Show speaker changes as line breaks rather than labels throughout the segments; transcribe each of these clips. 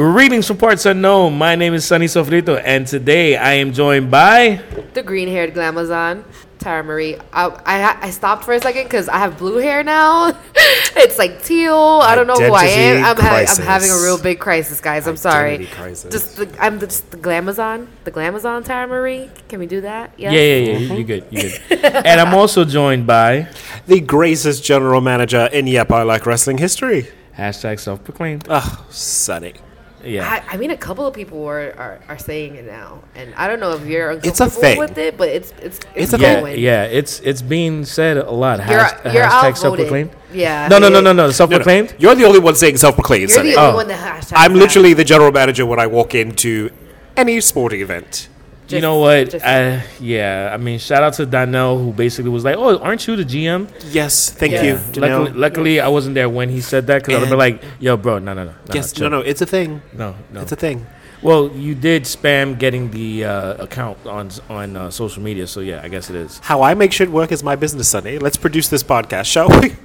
Greetings from parts unknown. My name is Sunny Sofrito, and today I am joined by.
The green haired glamazon, Tara Marie. I, I, I stopped for a second because I have blue hair now. it's like teal. I don't know who I am.
Identity
I'm, having I'm
crisis.
having a real big crisis, guys. I'm sorry.
Identity crisis.
Just the, I'm the, just the glamazon. The glamazon, Tara Marie. Can we do that?
Yeah, yeah, yeah. You're good. You're good. and I'm also joined by
the greatest general manager in Yep I Like Wrestling history.
hashtag self-proclaimed.
Oh, Sunny.
Yeah.
I, I mean, a couple of people are, are, are saying it now, and I don't know if you're
It's a
uncomfortable
thing.
with it, but it's it's
It's
it's,
a
yeah,
going.
yeah, it's it's being said a lot.
You're,
Hasht-
you're
hashtag
outvoted. Uh,
self-proclaimed.
Yeah.
No, no, no, no, no.
No, no,
Self-proclaimed.
You're the only one saying self-proclaimed,
You're
Sunny.
the only
Oh.
one that hashtags
I'm
that.
literally the general manager when I walk into any sporting event.
you
Just-
know what?
just-
I, yeah, I mean, shout out to Donnell who basically was like, "Oh, aren't you the GM?"
Yes, thank
Yeah.
you.
Luckily-
Luckily,
Janelle.
luckily I wasn't there when he said that because I'd be
And-
like, "Yo, bro, no, no, no, no,
yes,
chill.
no, no, it's a thing.
no, no,
It's a thing.
Well, you did spam getting the uh, account on on uh, social media, so yeah, I guess it is.
How I make shit work is my business, Sunny. Let's produce this podcast, shall we?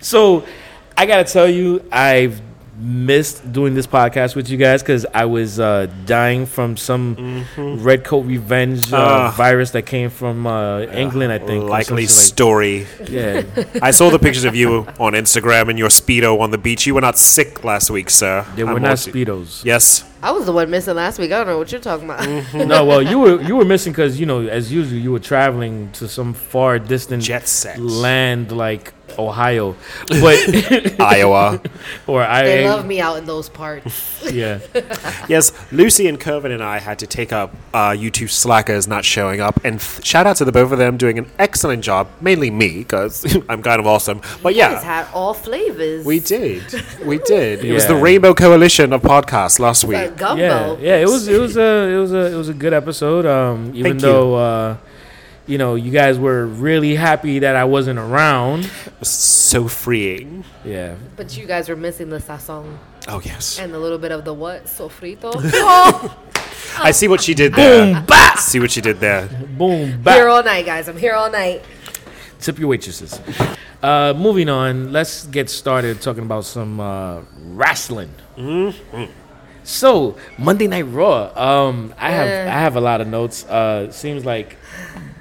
So, I gotta tell you, I've missed doing this podcast with you guys because I was uh, dying from some red coat revenge uh,
Mm-hmm. Ugh.
virus that came from uh, England, I think. or
Likely
some
story.
shit like- yeah,
I saw the pictures of you on Instagram and your speedo on the beach. You were not sick last week, sir.
they
I'm
were not
watching-
speedos.
Yes,
I was the one missing last week. I don't know what you're talking about.
no, well, you were you were missing because you know, as usual, you were traveling to some far distant
Jet set.
land like Ohio, but
Iowa.
or I
They love me out in those parts.
yeah.
Yes, Lucy and Curvin and I had to take up uh, you two slackers not showing up. And th- shout out to the both of them doing an excellent job, mainly me, because I'm kind of awesome. But
It's
yeah,
had all flavors.
we did. We did. It was
Yeah.
the Rainbow Coalition of podcasts last week.
That gumbo.
yeah, yeah. It was it was a it was a it was a good episode. Um, even
Thank you.
though uh, you know you guys were really happy that I wasn't around.
It was so freeing.
Yeah,
But you guys were missing the sazon
Oh, yes.
and a little bit of the what? Sofrito. oh,
I see what she did there. Boom, See what she did there.
boom,
here
back.
all night, guys. I'm here all night.
Tip your waitresses. Uh, moving on, let's get started talking about some uh, wrestling.
Mm-hmm.
So Monday Night Raw. Um, I have
Eh.
I have a lot of notes. Uh, seems like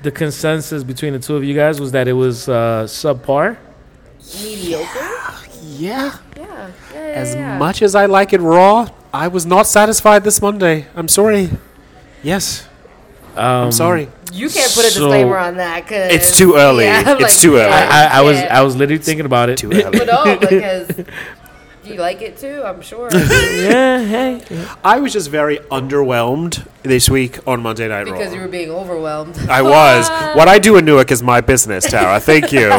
the consensus between the two of you guys was that it was uh, subpar.
Mediocre.
Yeah.
Yeah. yeah,
As
yeah, yeah.
much as I like it raw, I was not satisfied this Monday. I'm sorry. Yes. Um, I'm sorry.
You can't put a
so-
disclaimer on that. Cause
It's too early.
I'm
It's too early.
yeah,
I, I was
yeah.
I was literally thinking about it.
Too early.
But no, because you like it too, I'm sure. because
yeah, hey.
I was just very underwhelmed this week on Monday Night Raw.
you were being overwhelmed.
I was. What I do in Newark is my business, Tara. Thank you.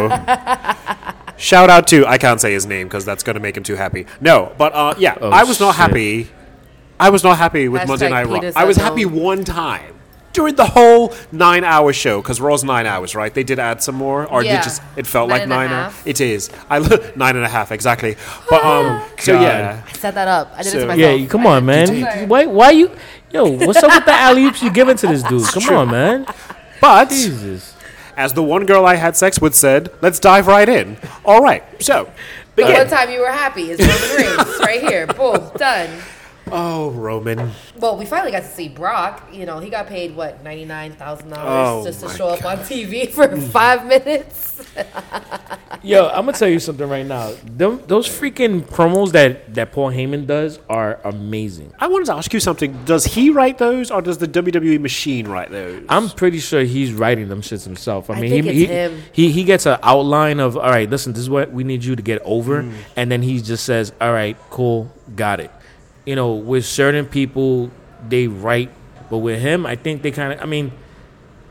Shout out to I can't say his name because that's going to make him too happy. No, but uh, yeah,
Oh,
I was not
shit.
happy. I was not happy with Monday
Hashtag
Night Raw.
penis
I was
unknown.
happy one time during the whole nine-hour show because Raw's nine hours, right? They did add some more, or
Yeah.
did just it felt
Nine
like
and a
nine. hou-
half.
It is. I lo- nine and a half exactly. But um, so
God.
yeah,
I set that up. I did it
So-
to myself.
yeah. you- Come on, man. Why? Why you? Yo, what's up with the alley oops you giving to this dude? Come on, man.
but.
Jesus.
As the one girl I had sex with said, let's dive right in. All right, so
The one
begin.
time you were happy is Roman Reigns right here. Boom, done.
Oh, Roman.
Well, we finally got to see Brock. You know, he got paid what ninety nine thousand
Oh,
dollars just to
my
show up on TV for five minutes.
Yo, I'm gonna tell you something right now. Them, those freaking promos that that Paul Heyman does are amazing.
I wanted to ask you something. Does he write those or does the WWE machine write those?
I'm pretty sure he's writing them shits himself. I
I
mean,
think
he,
it's
he,
him.
he he gets an outline of all right. Listen, this is what we need you to get over, and then he just says, "All right, cool, got it." You know, with certain people, they write, but with him, I think they kind of. I mean,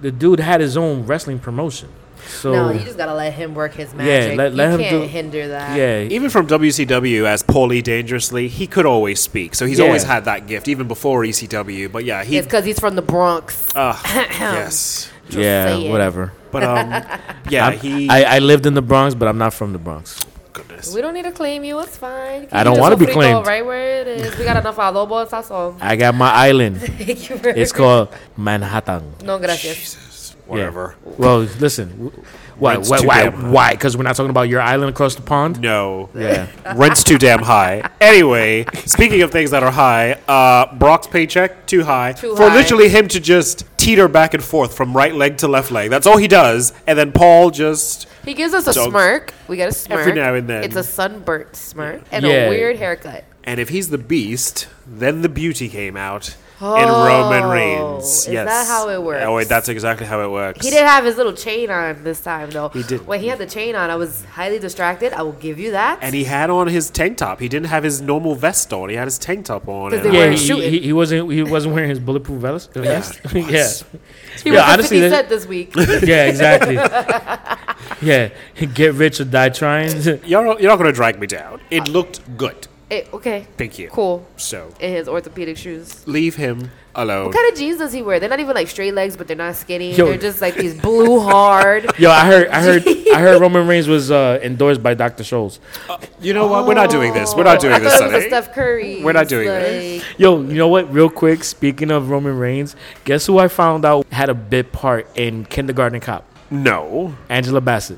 the dude had his own wrestling promotion, so
No, you just gotta let him work his magic.
let- let
you
him
can't
do-
hinder that.
yeah,
Even from WCW as Paulie Dangerously, he could always speak. So he's
Yeah.
always had that gift, even before ECW. But yeah, he.
It's because he's from the Bronx.
ah, yes.
yeah,
saying.
whatever.
But um, yeah,
I'm-
he.
I, I lived in the Bronx, but I'm not from the Bronx.
goodness.
We don't need to claim you. It's fine. You
I
can
don't
just
wanna be
sofrito
claimed.
Right where it is, we got enough adobo and sazon.
I got my island.
Thank you very
It's called Manhattan.
No gracias.
Jesus. whatever.
Well, listen. w- Why?
Rent's
Why?
too
Why?
damn
Why? Because we're not talking about your island across the pond.
No.
Yeah.
Rent's too damn high. Anyway, speaking of things that are high, uh, Brock's paycheck too high
Too
for
high.
literally him to just teeter back and forth from right leg to left leg. That's all he does, and then Paul just
He gives us a
Dogs.
smirk. We get a smirk
Every now and then.
It's a sunburnt smirk and
Yeah.
a weird haircut.
and if he's the beast, then the beauty came out in
Oh,
Roman Reigns.
is
yes,
that how it works?
Oh wait, that's exactly how it works.
He did have his little chain on this time, though. He
did.
When he had the chain on, I was highly distracted. I will give you that.
and he had on his tank top. He didn't have his normal vest on. He had his tank top on.
'Cause
and
they
I-
Yeah.
were
He,
shooting.
he, he wasn't. He wasn't wearing his bulletproof vest. vest. yeah.
he
yeah,
was at
honestly,
50
that-
Cent this week.
Yeah. Exactly. yeah. Get rich or die trying.
You're, you're not going to drag me down. It looked good.
Eh, okay.
Thank you.
Cool.
So
In his orthopedic shoes.
leave him alone.
What kind of jeans does he wear? They're not even like straight legs, but they're not skinny.
Yo.
They're just like these blue hard.
Yo, I heard. I heard. I heard Roman Reigns was uh, endorsed by Dr. Scholes.
You know what? We're not doing this. We're not doing
I
this,
thought it was a
Sunday.
Steph Curry.
We're not doing this.
Yo, you know what? Real quick, speaking of Roman Reigns, guess who I found out had a bit part in Kindergarten Cop?
No.
Angela Bassett.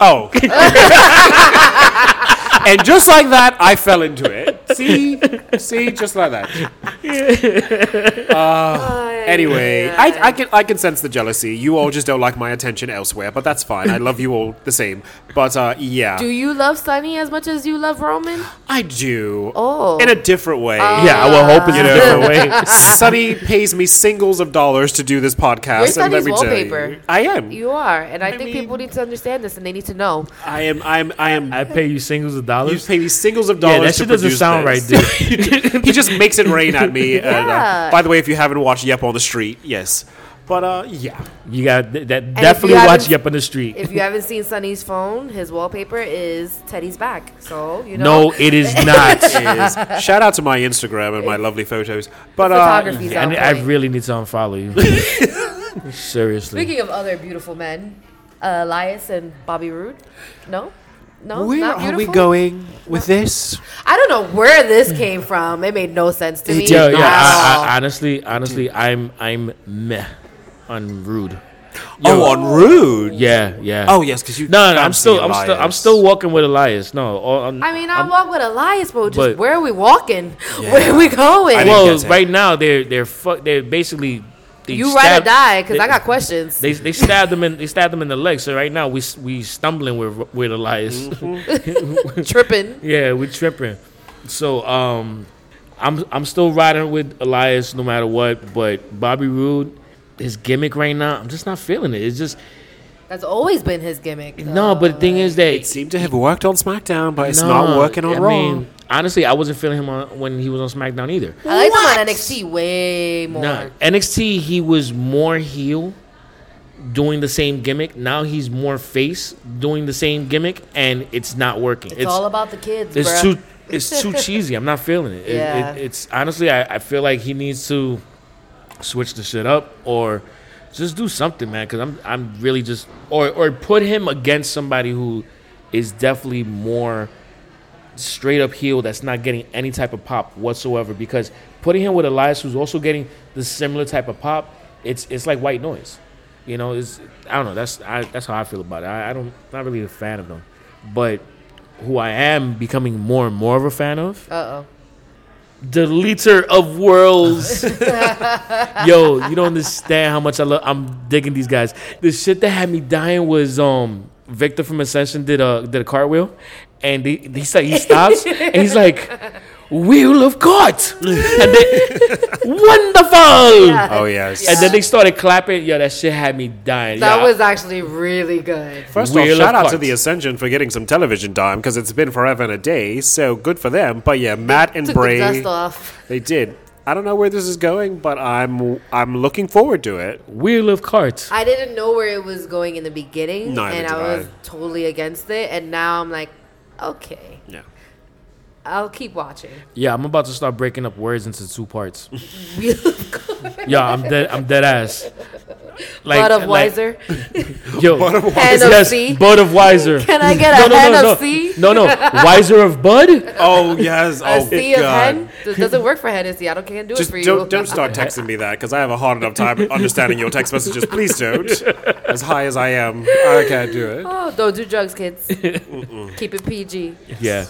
Oh. and just like that, I fell into it. See, see, just like that. Anyway, I, I can I can sense the jealousy. You all just don't like my attention elsewhere, but that's fine. I love you all the same. But uh, yeah,
Do you love Sunny as much as you love Roman?
I do.
Oh.
in a different way.
yeah, I will hope it's
You
a
know.
different way.
Sunny pays me singles of dollars to do this
You're
podcast, and
Sunny's
let me tell
wallpaper.
you, I am.
You are, and I, think
mean-
people need to understand this, and they need to know.
I am. I am. I am.
I pay you singles of dollars.
You pay me singles of dollars.
yeah, that
to
shit doesn't
produce
sound
this.
right, dude.
he just makes it rain at me. and, uh,
Yeah.
by the way, if you haven't watched Yep on the Street, yes. But uh, yeah,
You got that. definitely
you
watch
haven't-
Yep on the Street.
If you haven't seen Sunny's phone, his wallpaper is Teddy's back. So you know,
no, it is not.
is shout out to my Instagram and my lovely photos. But uh,
photography's
I,
on
ne- I
point.
really need to unfollow you. Seriously.
Speaking of other beautiful men, uh, Elias and Bobby Roode. No, no,
where
not
are we
beautiful?
going with this?
I don't know where this came from. It made no sense to me.
Yo,
at
yeah,
all.
I, I, honestly, honestly, I'm I'm meh on rude.
Oh, on Rude.
Yeah, yeah.
Oh yes, because you.
no, no, I'm
fancy
still, I'm still, I'm
Elias.
still walking with Elias. No, all- I'm,
I mean, I
I'm-
walk with Elias, but just
but-
where are we walking?
Yeah.
Where are we going?
I didn't
well,
get it.
right now they're they're fu- they're basically they
you ride
stabbed-
or die, because
they-
I got questions.
They, they stabbed him in they stabbed him in the leg. So right now we s- we stumbling with with Elias.
Tripping.
yeah, we tripping. So um, I'm I'm still riding with Elias no matter what. But Bobby Roode, his gimmick right now, I'm just not feeling it. It's just
That's always been his gimmick.
no. But the thing is that
It seemed to have worked on SmackDown, but it's not working on
I
Raw.
mean, honestly, I wasn't feeling him on, when he was on SmackDown either.
I like him on NXT way more.
Nah, NXT, he was more heel doing the same gimmick. Now he's more face doing the same gimmick, and it's not working.
It's, all about the kids.
it's
bruh.
too it's too cheesy. I'm not feeling it. It-
Yeah.
it- it's honestly, I, I feel like he needs to switch the shit up or just do something, man. Because I'm I'm really just or or put him against somebody who is definitely more straight up heel that's not getting any type of pop whatsoever. Because putting him with Elias, who's also getting the similar type of pop, it's it's like white noise. You know, it's I don't know. That's I, that's how I feel about it. I, I don't not really a fan of them, but who I am becoming more and more of a fan of,
Uh oh.
deleter of worlds. Yo, you don't understand how much I love. I'm digging these guys. The shit that had me dying was um Victor from Ascension did a did a cartwheel, and he he said he stops and he's like, "Wheel of God," and then wonderful.
Oh yes.
And then they started clapping. Yo, that shit had me dying.
That
Yo,
was actually really good.
First
Wheel
off,
of
shout out to
Parts.
the Ascension for getting some television time because it's been forever and a day, so good for them. But yeah, Matt and
Took
Bray,
the dust off.
they did. I don't know where this is going, but I'm I'm looking forward to it.
Wheel of Cards.
I didn't know where it was going in the beginning,
Neither
and
did
I was
I.
totally against it. And now I'm like, okay,
Yeah.
I'll keep watching.
Yeah, I'm about to start breaking up words into two parts. yeah, I'm dead. I'm dead ass. Like,
Bud of
like,
Wiser.
Yo,
Hand of
yes,
C.
Bud of Wiser.
Can I get
no,
a
no,
hen
no,
of
no.
C?
No, no. Wiser of Bud?
Oh yes.
A
Oh
C of
god.
hen? This doesn't work for Hennessy. I don't can't do it
Just
for you.
don't don't start texting me that because I have a hard enough time understanding your text messages. Please don't. As high as I am, I can't do it.
Oh, don't do drugs, kids. Keep it PG.
Yeah.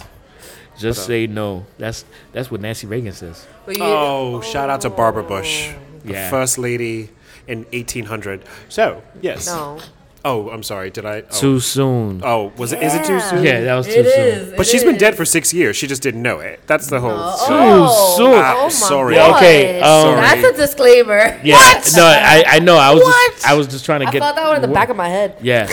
Just say no. That's that's what Nancy Reagan says.
But you-
Oh, shout out to Barbara Bush, the
Yeah.
first lady in 1800. So yes.
No.
Oh, I'm sorry. Did I? Oh,
Too soon.
oh was it? Is it too soon?
yeah, that was too
It
soon.
is.
But she's been dead for six years. She just didn't know it. That's the whole.
Too soon.
Oh
Ah, sorry.
Yeah, okay, um,
That's a disclaimer.
Yeah. No, I, I know. I was
What?
just I was just trying to
I
get
thought that one in the back of my head.
Yeah.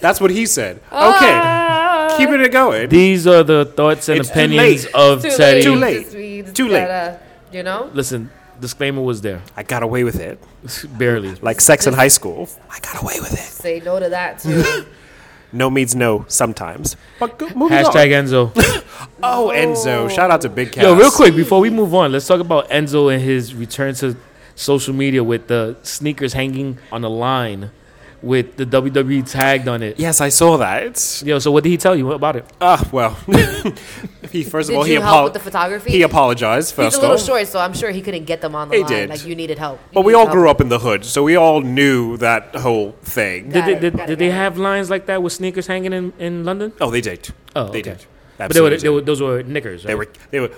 That's what he said. Okay,
Ah.
keep it going.
These are the thoughts and
It's too
opinions
late.
of
Too
Teddy.
late.
Too late.
Just- we just
Too late.
gotta, You know?
Listen, disclaimer was there.
I got away with it,
Barely.
like sex in high school. I got away with it.
Say no to that, too.
Mm-hmm. No means no sometimes. But go, moving
Hashtag
on.
Enzo.
Oh, Enzo! Shout out to Big Cat.
Yo, real quick before we move on, let's talk about Enzo and his return to social media with the sneakers hanging on a line with the WWE tagged on it.
Yes, I saw that.
Yo, so what did he tell you about it?
Ah, well. he first of
Did
all he
you help
apo-
with the photography?
He apologized first
He's a little
off.
short, so I'm sure he couldn't get them on the
He
line.
did.
Like, you needed help.
But we all grew up in the hood, so we all knew that whole thing.
Got
Did,
it,
they, did,
got it,
did
got
they
it.
have lines like that with sneakers hanging in, in London?
oh, they did.
Oh,
they
okay.
did.
But they were,
Absolutely.
they were, those were knickers. Right?
They were they were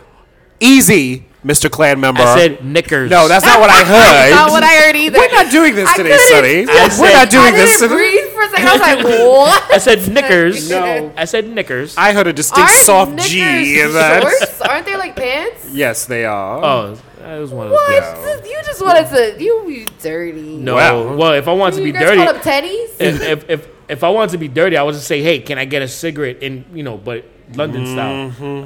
easy, Mr. Clan member.
I said knickers.
no, that's not what I heard.
That's not what I heard either.
We're not doing this
I
today,
couldn't-
Sonny.
I
We're not
said-
doing
I
this
didn't
today.
breathe for a second. I was like, what?
I said knickers.
No.
I said knickers.
I heard a distinct
Aren't
soft G
knickers
in that.
shorts? Aren't they like pants?
Yes, they are.
oh, that was one of those.
What?
things.
This- You just wanted to. You be dirty.
No.
Wow.
Well, if I wanted to be
You guys
dirty,
call them teddies?
if, if if if I wanted to be dirty, I would just say, "Hey, can I get a cigarette?" In you know, but London style.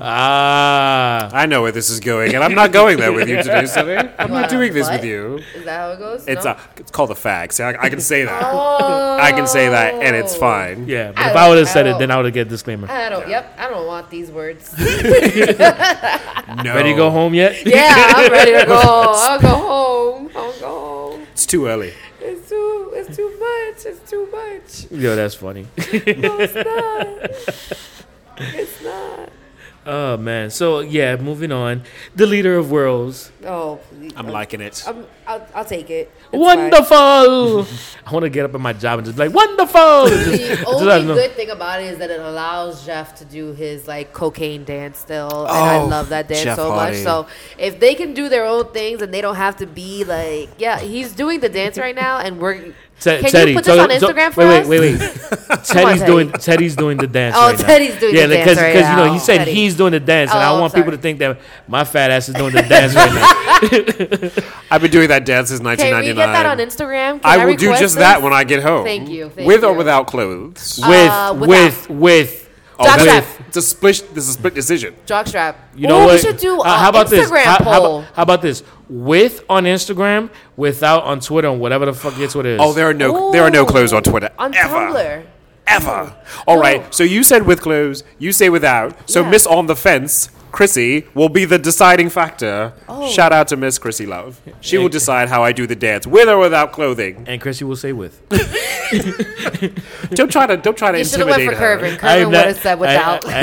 Ah,
I know where this is going, and I'm not going there with you today, Sonny. I'm not doing this
What?
with you.
Is that how it goes?
It's
no?
a, it's called a fag. See, I, I can say that. I can say that, and it's
Oh.
fine.
yeah. But
I
if I
don't-
would have
I
said it,
don't-
then I would have get a disclaimer.
Oh. I don't. Yep. I don't want these words.
No.
Ready to go home yet?
Yeah, I'm ready to go. I'll go home. I'll go home.
It's too early.
It's too. It's too much. It's too much.
Yo, that's funny.
No, it's not. It's not.
Oh man. So yeah, moving on. The leader of worlds.
Oh, please.
I'm liking it.
I'm, I'll, I'll take it. It's fine.
Wonderful. I want to get up in my job and just be like, wonderful. Just-
The
just let 'em
only
know.
good thing about it is that it allows Jeff to do his like cocaine dance still, and I
Oh,
love that dance
Jeff
so much.
Hardy.
So if they can do their own things and they don't have to be like, yeah, he's doing the dance right now, and we're.
Te-
can
Teddy,
you put this
so-
on
so-
Instagram for
wait,
us?
wait, wait, wait. Teddy's
Teddy.
doing Teddy's doing the dance.
Oh,
right now.
Teddy's doing the dance right
because you know
now.
he said
Teddy.
he's doing the dance, and
Oh,
I
I'm
want people
sorry.
to think that my fat ass is doing the dance right now.
I've been doing that dance since
Can
1999.
we get that on Instagram? Can
I will do
request
just
this?
that when I get home.
Thank you, thank
with or
you.
without clothes.
With
Uh,
with with
Oh,
Jockstrap.
that's- It's a split. This is a split decision.
Jockstrap.
you know
Ooh,
what?
We should do
Uh,
a
how about this?
Instagram
How, how
poll.
about, how about this? With on Instagram, without on Twitter, on whatever the fuck your Twitter is.
Oh, there are no there are no clothes on Twitter
on
ever
Tumblr.
ever. All
No.
right. So you said with clothes. You say without. So
Yeah.
Miss on the fence. Chrissy will be the deciding factor.
Oh.
Shout out to Miss Chrissy Love. She will decide how I do the dance, with or without clothing.
and Chrissy will say with.
Don't try to don't try to
You should have went
intimidate
for
her.
Curvin.
I
Curvin
am
would
not-
have said
I-
without.
I,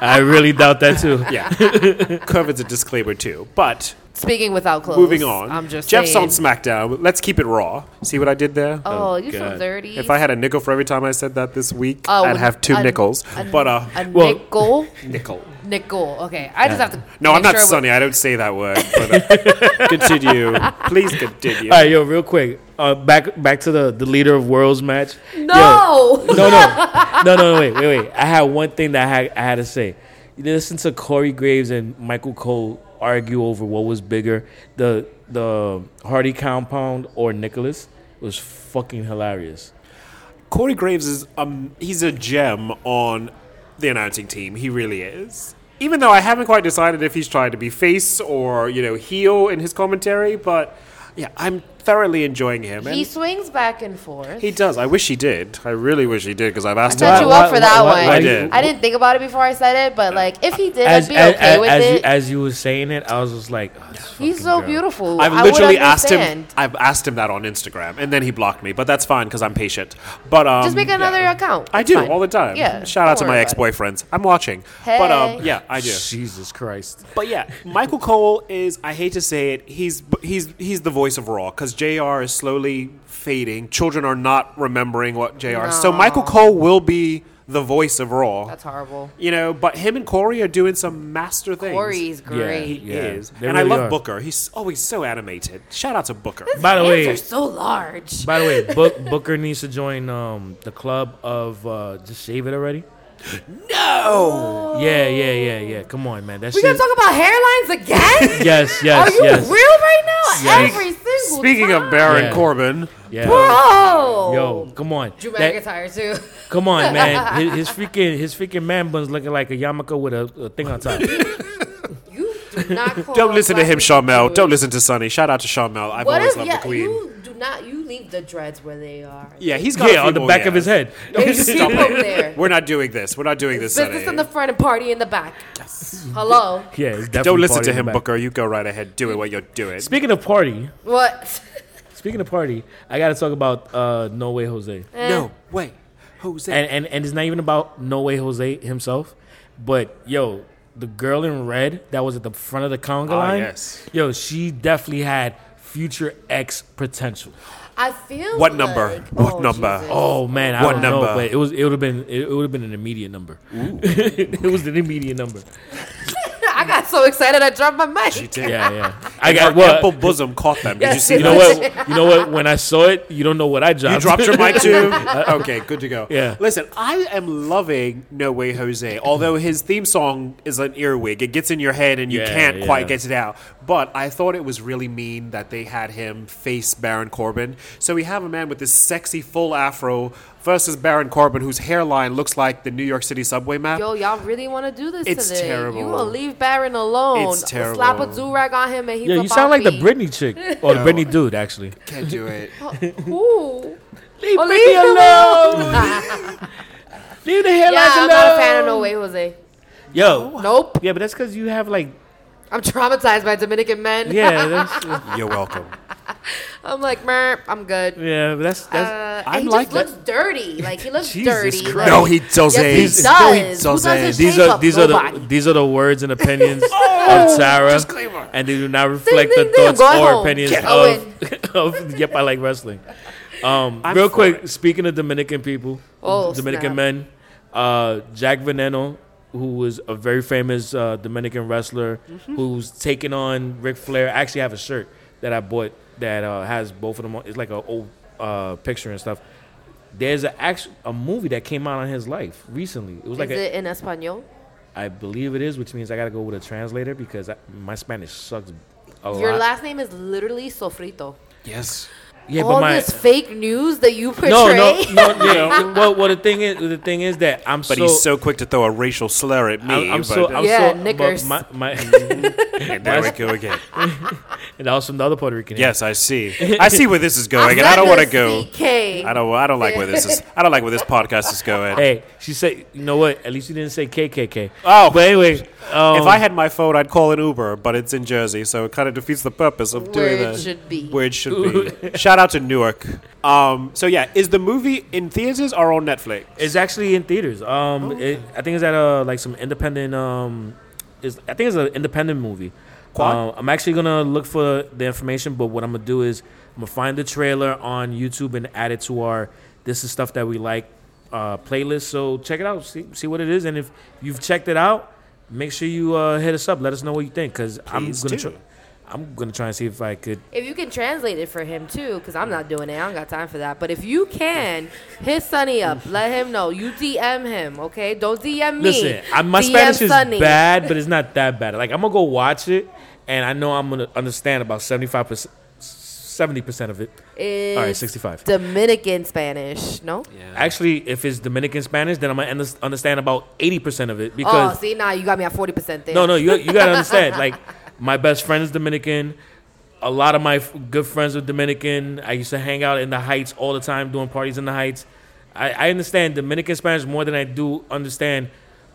I- I really doubt that too.
Yeah, Curvin's a disclaimer too. But
Speaking without clothes.
moving on.
I'm just
Jeff's
saying.
on SmackDown. Let's keep it raw. See what I did there?
Oh, you're so
God.
dirty.
If I had a nickel for every time I said that this week,
Oh,
I'd have two
a-
nickels.
a-
but uh,
a
well-
nickel,
nickel.
nickel. Okay, I just have to.
No, I'm
make
not
sure
Sonny. I don't say that word. But, uh, continue, please continue.
All right, yo, real quick. Uh, back back to the the leader of worlds match.
we-
Yo,
No.
no, no, no, no, no, wait, wait, wait. I had one thing that I had, I had to say. You listen to Corey Graves and Michael Cole argue over what was bigger, the the Hardy compound or Nicholas. It was fucking hilarious.
Corey Graves is um, he's a gem on the announcing team. He really is. Even though I haven't quite decided if he's trying to be face or you know heel in his commentary, but yeah, I'm thoroughly enjoying him.
He
And
swings back and forth.
he does. I wish he did. I really wish he did because I've asked
set
Why-
him.
you
why-
up for that
why-
one.
why
I
do you-
didn't. think about it before I said it, but like if he did,
As
I'd be
as,
okay
as,
with
as you,
it.
as you were saying it, I was just like, oh, this
He's
fucking
so
girl.
beautiful. I
I've
would
literally asked him.
understand.
I've asked him that on Instagram, and then he blocked me. But that's fine because I'm patient. But um,
Just make another
yeah.
account.
I
It's
do
fine.
all the time.
Yeah,
Shout
don't
out to my
worry
ex
about
boyfriends. I'm watching. But um,
Hey.
yeah, I do.
Jesus Christ.
But yeah, Michael Cole is I hate to say it, he's he's he's the voice of Raw cuz JR is slowly fading. Children are not remembering what JR. is. So
No.
Michael Cole will be the voice of Raw.
That's horrible.
you know, but him and Corey are doing some master things.
Corey's
He
great.
Yeah.
is.
They
and I
really
love
are.
Booker. He's always so animated. Shout out to Booker.
By the
His
way,
hands are so large.
by the way, Book, Booker needs to join um, the club of uh, just shave it already. Oh,
No.
Yeah, yeah, yeah, yeah. Come on, man. That's
We gonna talk about hairlines again?
Yes,
Are
yes,
you
yes.
real right now?
Yes.
Every single
Speaking
time.
of Baron
Yeah.
Corbin,
Yeah.
bro.
Oh,
Yo, come on.
Drew
That-
McIntyre too.
come on, man. His, his freaking his freaking man bun's looking like a yarmulke with a, a thing on top.
You do not. Call
don't
us
listen to
black
him,
people
Charmel.
good.
Don't listen to Sonny. Shout out to Charmel. I've
What
always
if
loved
yeah?
the Queen.
You do not. You leave the dreads where they are.
yeah, he's got a
yeah,
few
on the
more
back of
years.
his head.
They sleep
Stop
over
it.
there.
We're not doing this. We're not doing this.
Business
Sunny.
in the front and party in the back. Hello.
Yeah, it's definitely
Don't listen
party
to
in the
him,
back.
Booker. You go right ahead. Do it what you're doing.
Speaking of party,
What?
speaking of party, I got to talk about uh, No Way Jose,
no way, Jose.
and and and it's not even about No Way Jose himself, but yo, the girl in red that was at the front of the conga
Ah,
line,
yes.
yo, she definitely had future X potential.
I feel.
What number?
like-
What
oh,
number?
Jesus.
Oh man, I
What
don't
number?
know, but it was it would have been it would have been an immediate number. it was an immediate number.
I got so excited I dropped my mic.
She did.
Yeah, yeah. I
Her
got what
ample bosom caught them. Did you
Yes,
see
you know
that?
what you know what when I saw it, you don't know what I dropped.
You dropped your mic too. Uh, okay, good to go.
Yeah.
Listen, I am loving No Way Jose. Although his theme song is an earwig, it gets in your head and you
Yeah,
can't quite
yeah.
get it out. But I thought it was really mean that they had him face Baron Corbin. So we have a man with this sexy full afro versus Baron Corbin, whose hairline looks like the New York City subway map.
Yo, y'all really want to do this
It's
today?
terrible.
You gonna leave Baron alone?
It's terrible.
Slap a do rag on him and he's
Yeah,
a
you sound like the
boppy.
Britney chick or Oh, the Britney dude actually.
Can't do it.
Who?
Leave
Oh,
Britney
leave him
alone.
alone.
Leave the hairlines
yeah, I'm
alone.
not a fan of No Way Jose.
Yo.
Nope.
Yeah, but that's because you have like
I'm traumatized by Dominican men.
yeah, that's,
You're welcome.
I'm like, mer, I'm good.
yeah, but that's that's.
Uh,
I
and he
like
just looks dirty. Like he looks
Jesus
dirty.
Christ.
Like,
No, he does.
Yes, he
No, he
does. Who does
doesn't.
his
these
shape
are
up?
these are the
Nobody. Oh.
these are the words and opinions of Tara,
disclaimer.
and they do not reflect the
ding, ding,
thoughts
go
or
home.
opinions
Get
of of Yep, I like wrestling. Um,
I'm
real
for
quick,
it.
speaking of Dominican people,
Oh,
Dominican
snap.
men, uh, Jack Veneno, who was a very famous uh, Dominican wrestler,
Mm-hmm.
who's taken on Ric Flair. I actually have a shirt that I bought that uh, has both of them. on It's like an old uh, picture and stuff. There's a act- a movie that came out on his life recently. It was like
Is
a,
it in Espanol?
I believe it is, which means I gotta go with a translator because I, my Spanish sucks a
Oh,
Your
lot.
last name is literally Sofrito.
Yes.
yeah,
All this fake news that you portray.
no, no, no, yeah. well, well, the thing is, the thing is that I'm
But
so,
he's so quick to throw a racial slur at me.
I'm, I'm
but
so, I'm
Yeah,
so, but
knickers.
My, my,
And there we go again.
and also another Puerto Rican.
Yes, I see. I see where this is going,
I'm
and I don't
not
want to
gonna
go.
CK.
I don't. I don't like where this is. I don't like where this podcast is going.
Hey, she said, you know what? At least you didn't say KKK.
Oh.
but anyway, um,
if I had my phone, I'd call an Uber, but it's in Jersey, so it kind of defeats the purpose of
Where
doing
it
that.
should be.
Where it should be. Shout out to Newark. Um, so yeah, is the movie in theaters or on Netflix?
It's actually in theaters.
Oh,
Um, it, I think it's at uh like some independent. Um, is I think it's an independent movie.
Quad?
Uh, I'm actually gonna look for the information, but what I'm gonna do is I'm gonna find the trailer on YouTube and add it to our "This is stuff that we like" uh, playlist. So check it out, see see what it is, and if you've checked it out, make sure you uh, hit us up. Let us know what you think, because I'm
Please
gonna
do.
try, I'm gonna try and see if I could.
If you can translate it for him too, because I'm not doing it. I don't got time for that. But if you can, hit Sonny up. Let him know. You DM him, okay? Don't DM me.
Listen, I, my
DM
Spanish is
Sonny.
bad, but it's not that bad. Like I'm gonna go watch it, and I know I'm gonna understand about seventy five percent, seventy percent of it.
It's
All right, 65.
Dominican Spanish, no?
Actually, if it's Dominican Spanish, then I'm gonna under- understand about eighty percent of it because
oh, see, now you got me at 40% there.
no, no, you you gotta understand. Like my best friend is Dominican. a lot of my f- good friends are Dominican. I used to hang out in the Heights all the time, doing parties in the Heights. I, I understand Dominican Spanish more than I do understand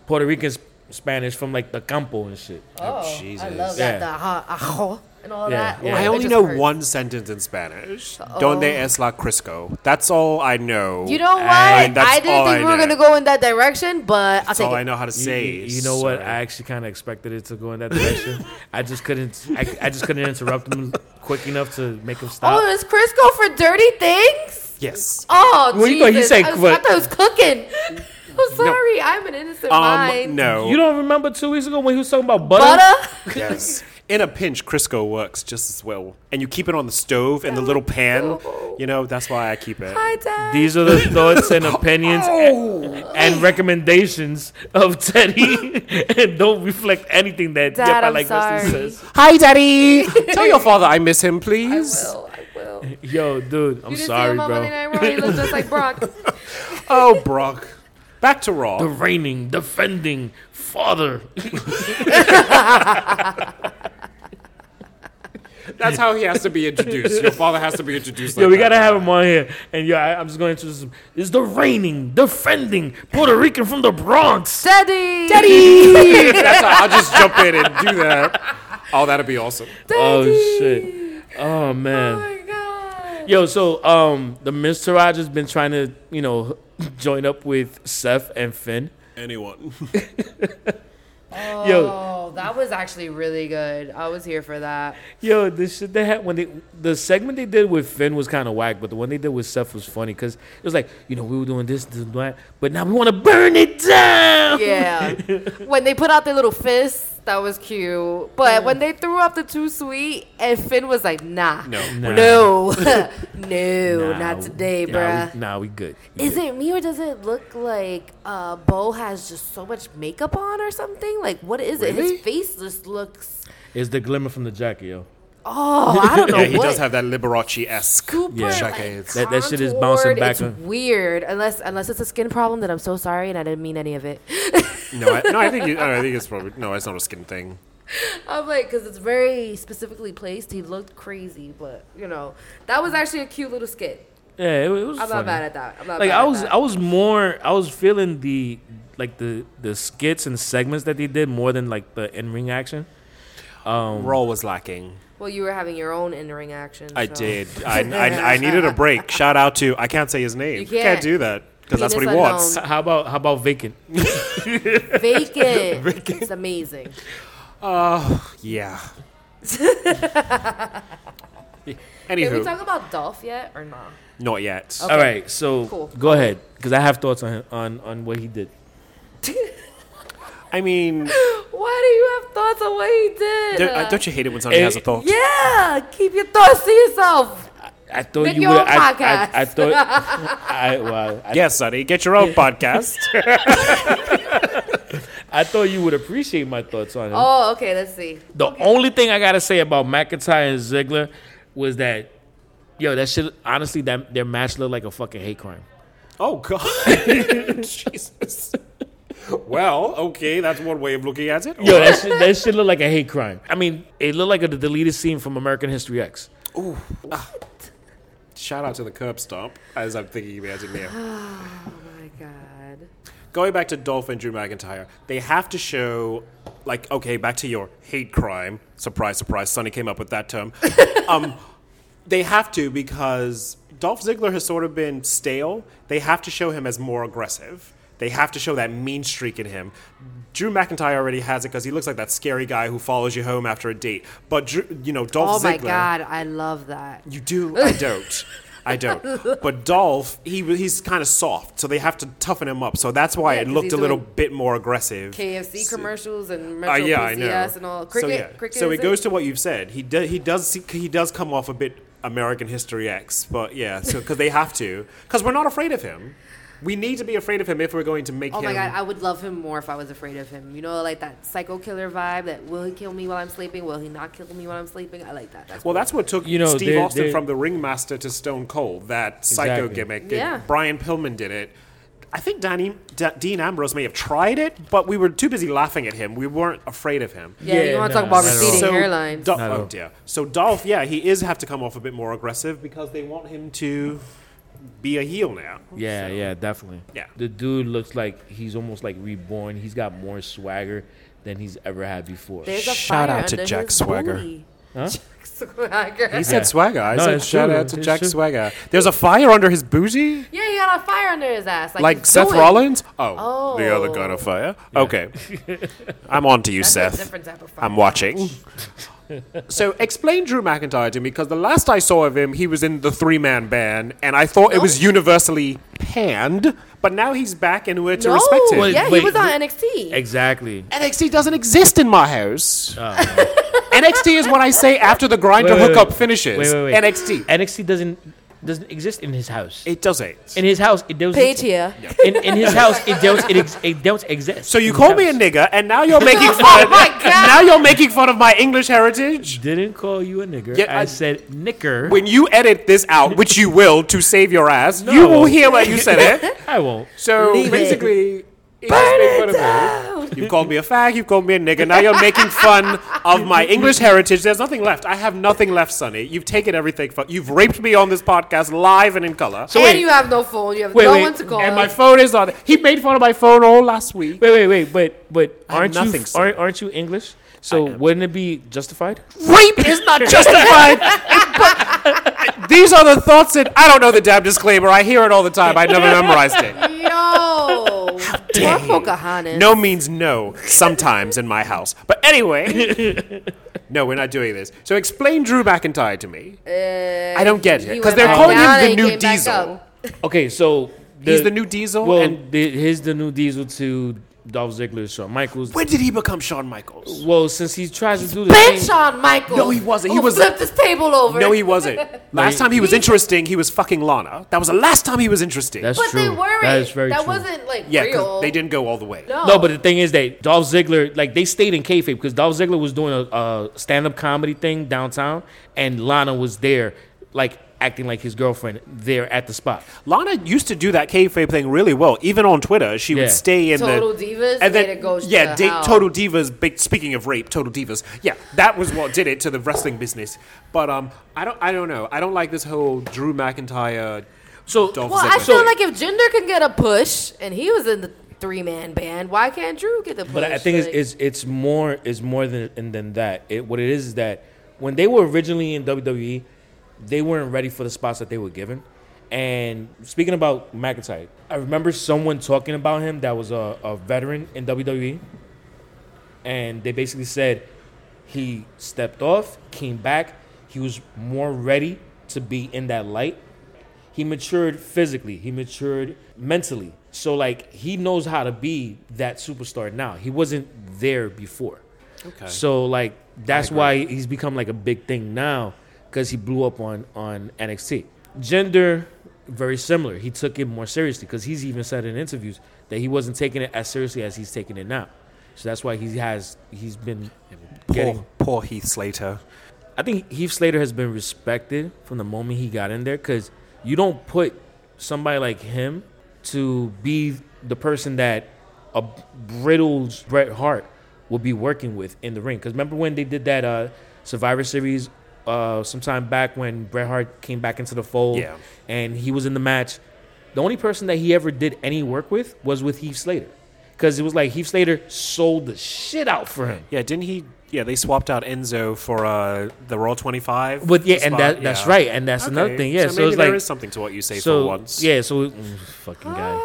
Puerto Rican sp- Spanish from like the campo and shit.
Oh, I
Jesus.
love
Yeah.
that. The ha, ajo, and all
Yeah,
that.
yeah.
Oh,
I
that
only
just
know
hurts.
one sentence in Spanish.
Uh-oh.
Donde es la Crisco? That's all I know.
You know what?
And that's
I didn't
all
think we were gonna
know.
go in that direction, but I'll
That's
take
all
it.
I know how to
You-
say.
you, you know what?
Sorry.
I actually kind of expected it to go in that direction. I just couldn't. I, I just couldn't interrupt them quick enough to make them stop.
Oh, is Crisco for dirty things?
yes.
Oh,
What do you
Jesus.
call- you say
I, was, I
what?
thought it was cooking. I'm sorry. I'm an innocent
Um,
mind.
no.
you don't remember two weeks ago when he was talking about butter?
Butter?
Yes. In a pinch, Crisco works just as well. And you keep it on the stove
Oh,
in the little pan. You know, that's why I keep it.
Hi, Dad.
These are the thoughts and opinions
Oh,
and, and recommendations of Teddy, and don't reflect anything that
Dad,
Yep, I
I'm
like Wesley
sorry.
says.
Hi, Daddy. Tell your father I miss him,
I
please.
will. I will. You
Yo, dude, I'm
didn't see
sorry,
him on Monday
bro.
Night Raw. He looked just like Brock.
Oh, Brock. Back to Raw.
The reigning, defending father.
That's how he has to be introduced. Your father has to be introduced.
Yo,
like
we
that.
gotta have him on here, and yo, I, I'm just gonna introduce him. It's the reigning, defending Puerto Rican from the Bronx.
Daddy.
That's how, I'll just jump in and do that. Oh, that'd be awesome.
Oh
Daddy.
shit. Oh
Oh
man.
my god.
Yo, so um, the Mr. Rogers been trying to, you know, join up with Seth and Finn.
Anyone?
Oh,
Yo.
that was actually really good. I was here for that.
Yo, the shit they had when they the segment they did with Finn was kind of whack, but the one they did with Seth was funny because it was like you know we were doing this, this and that, but now we want to burn it down.
Yeah. when they put out their little fists, that was cute. But when they threw up the too sweet, and Finn was like, nah.
No.
Nah,
No. no,
nah,
not
we-
today,
nah,
bruh.
We, nah, we good. We
Is
good.
it me or does it look like uh, Bo has just so much makeup on or something? Like, what is it?
Really?
His face just looks.
It's the glimmer from the jacket, yo.
Oh, I don't know
Yeah, he
what.
does have that Liberace esque.
super
Yeah.
like,
Shaka's.
That- that shit is bouncing
contoured.
back
It's
on-
weird, unless unless it's a skin problem. Then I'm so sorry, and I didn't mean any of it.
No, I, no, I think you, no, I think it's probably no. It's not a skin thing.
I'm like, because it's very specifically placed. He looked crazy, but you know, that was actually a cute little skit.
Yeah, it, wa- it was.
I'm
funny.
not bad at that. I'm not
Like
bad
I
at
was,
that.
I was more, I was feeling the like the the skits and segments that they did more than like the in ring action.
Raw was lacking.
well, you were having your own in ring action.
I
so.
did. I, I, I needed a break. Shout out to I can't say his name.
You
can't.
can't.
do that because that's what he
Penis
wants.
unknown.
How about how about vacant?
Vacant. It's amazing.
Yeah.
Did we
Anywho,
talk about Dolph yet or not?
not yet.
All right, so
Cool.
go ahead because I have thoughts on on on what he did.
I mean,
Why do you have thoughts on what he did?
don't, uh, don't you hate it when somebody
eh,
has a thought?
yeah, keep your thoughts to yourself.
I thought
Make
you
your
would.
own
I, I,
podcast.
I thought. I, well, I,
Yes, Sonny, get your own podcast.
I thought you would appreciate my thoughts on it.
Oh, okay. Let's see.
the only thing I gotta say about McIntyre and Ziggler was that, yo, that shit. Honestly, that their match looked like a fucking hate crime.
Oh God, Jesus. Well, okay, that's one way of looking at it.
Yo, that shit, that shit looked like a hate crime. I mean, it looked like a deleted scene from American History X.
Shout out to the curb stomp, as I'm thinking about it now.
Oh my god.
Going back to Dolph and Drew McIntyre, they have to show, like, okay, back to your hate crime. Surprise, surprise, Sonny came up with that term. um, they have to because Dolph Ziggler has sort of been stale. They have to show him as more aggressive. They have to show that mean streak in him. Drew McIntyre already has it because he looks like that scary guy who follows you home after a date. But Drew, you know,
Oh
Dolph
my
Ziggler.
god. I love that.
You do? I don't. I don't. But Dolph, he he's kind of soft, so they have to toughen him up. So that's why
Yeah,
it
'cause
looked
he's
a little
doing
bit more aggressive.
KFC commercials and Metro
Uh, yeah, I know.
PCS and all cricket.
so, yeah.
cricket
so
is
it goes to what you've said. He do, he does see- he does come off a bit American History X, but yeah, so because they have to, because we're not afraid of him. We need to be afraid of him if we're going to make
Oh
him.
my god, I would love him more if I was afraid of him. You know, like that psycho killer vibe. That will he kill me while I'm sleeping? Will he not kill me while I'm sleeping? I like that. That's
well, that's what took
You know,
Steve
they're-
Austin
they're-
from the Ringmaster to Stone Cold. That psycho
Exactly.
gimmick.
Yeah.
Brian Pillman did it. I think Danny, D- Dean Ambrose may have tried it, but we were too busy laughing at him. We weren't afraid of him.
Yeah,
Yeah,
you want
no,
to talk about
not at all.
receding
So
hairlines.
Dol-
Not at
oh
all.
dear. So Dolph, yeah, he is have to come off a bit more aggressive because they want him to be a heel now.
Yeah, yeah, definitely.
Yeah.
The dude looks like he's almost like reborn. He's got more swagger than he's ever had before.
There's a
Shout
fire
out to
under
Jack
his
Swagger.
booty.
Huh?
Jack Swagger.
He said
Yeah.
swagger. I
No,
said
it's
shout
true.
out to
It's
Jack
true.
Swagger. There's a fire under his booty?
yeah, he got a fire under his ass. Like,
Like
he's
Seth
doing-
Rollins? Oh, the other
Oh.
kind of fire. Okay. I'm on to you,
That's a
Seth.
different type of fire.
I'm watching. so explain Drew McIntyre to me because the last I saw of him, he was in the three man band, and I thought it
No.
was universally panned. But now he's back, and we're to
No,
respect him.
Wait,
yeah,
wait,
he was on
wait.
NXT.
Exactly.
NXT doesn't exist in my house. NXT is what I say after the grinder
Oh. Wait, wait,
hookup
wait.
finishes.
Wait, wait, wait.
NXT.
NXT doesn't doesn't exist in his house.
It doesn't.
in his house, it doesn't.
Page here.
In, in his house, it don't it, ex, it don't exist.
So you
In
call
his
me a
house.
nigger, and now you're making
Oh
fun.
my
of,
God.
now you're making fun of my English heritage.
Didn't call you a nigger.
Yeah,
I,
I-
said knicker.
When you edit this out, which you will to save your ass,
No.
you will hear what you said it.
I won't.
So
Leave it.
basically, it's making fun of me. You called me a fag. You called me a nigger. Now you're making fun of my English heritage. There's nothing left. I have nothing left, Sonny. You've taken everything. From, you've raped me on this podcast, live and in color.
So
and
wait.
you have no phone. You have
Wait,
no
wait,
one to call.
and my phone is on. He made fun of my phone all last week.
Wait, wait, wait. But but
I have
aren't you
nothing, sir.
aren't, aren't you English? So wouldn't it be justified?
Rape is not justified. uh, These are the thoughts that I don't know the damn disclaimer. I hear it all the time. I never memorized it.
Yo,
dare
poor
you.
Pocahontas.
No means no sometimes in my house. But anyway, no, we're not doing this. So explain Drew McIntyre to me. I don't get it
Uh, he
because
went
they're
back
calling
down
him the
and
new
came back
Diesel.
up.
Okay, so
He's the new Diesel.
Well,
and
the, here's the new Diesel to Dolph Ziggler, Shawn Michaels.
when did he become Shawn Michaels?
Well, since he tries to do the
Ben
same,
Shawn Michaels.
No, he wasn't. He
who
was-
flipped his table over.
No, he wasn't. Last time he was interesting, he was fucking Lana. That was the last time he was interesting.
that's
But
true.
they weren't.
That is very
That
true.
wasn't like
yeah, 'cause
real.
they didn't go all the way.
No,
No, but the thing is that Dolph Ziggler, like they stayed in kayfabe because Dolph Ziggler was doing a, a stand-up comedy thing downtown, and Lana was there, like acting like his girlfriend there at the spot.
Lana used to do that kayfabe thing really well. Even on Twitter, she
Yeah.
would stay in
Total
the
Divas
and
made
then
it go
yeah,
to
da-
hell.
Total Divas. Big, speaking of rape, Total Divas. Yeah, that was what did it to the wrestling business. But um, I don't, I don't know. I don't like this whole Drew McIntyre.
So,
Dolph
Well,
Ziggler
I
thing.
feel like if Jinder can get a push, and he was in the three man band, why can't Drew get the push?
but I think it's,
Like,
it's it's more it's more than and than that. It, what it is is that when they were originally in WWE, they weren't ready for the spots that they were given. And speaking about McIntyre, I remember someone talking about him that was a, a veteran in WWE, and they basically said he stepped off, came back, he was more ready to be in that light. He matured physically, he matured mentally. So like he knows how to be that superstar now. He wasn't there before.
Okay.
So like that's why he's become like a big thing now because he blew up on on NXT. Gender very similar. He took it more seriously because he's even said in interviews that he wasn't taking it as seriously as he's taking it now. So that's why he has he's been getting.
poor, poor Heath Slater.
I think Heath Slater has been respected from the moment he got in there because you don't put somebody like him to be the person that a brittle Bret Hart will be working with in the ring. Because remember when they did that uh, Survivor Series uh, sometime back when Bret Hart came back into the fold
Yeah.
and he was in the match. The only person that he ever did any work with was with Heath Slater. Because it was like Heath Slater sold the shit out for him.
Yeah, didn't he? Yeah, they swapped out Enzo for uh, the Raw 25.
But yeah, and
spot.
that, that's
Yeah.
right, and that's another
Okay,
thing. Yeah, so,
so, maybe
it's
there
like
is something to what you say
so
for once.
yeah, so mm, fucking guy,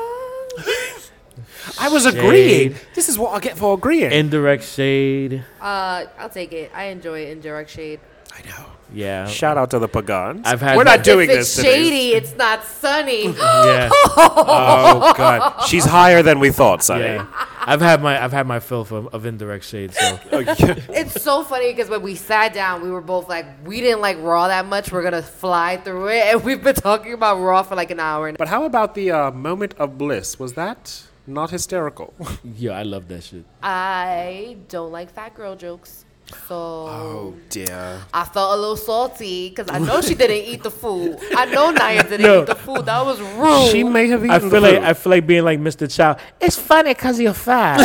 I was agreeing. This is what I get for agreeing.
indirect shade.
uh, I'll take it. I enjoy indirect shade.
I know.
Yeah,
Shout out to the Pagans.
I've had
We're
that-
not doing
if
this.
it's
today.
shady, it's not sunny.
yeah,
Oh God, she's higher than we thought, Sonny.
yeah. I've had my I've had my fill of, of indirect shade. So
Oh, yeah.
It's so funny because when we sat down, we were both like, we didn't like Raw that much. We're gonna fly through it, and we've been talking about Raw for like an hour.
But how about the uh, moment of bliss? Was that not hysterical?
yeah, I love that shit.
I don't like fat girl jokes. So
Oh dear.
I felt a little salty because I know she didn't eat the food. I know Naya didn't
No.
eat the food. That was rude. Oh,
She may have eaten
I feel
the
like
food.
I feel like being like Mr. Child. It's funny because you're fat.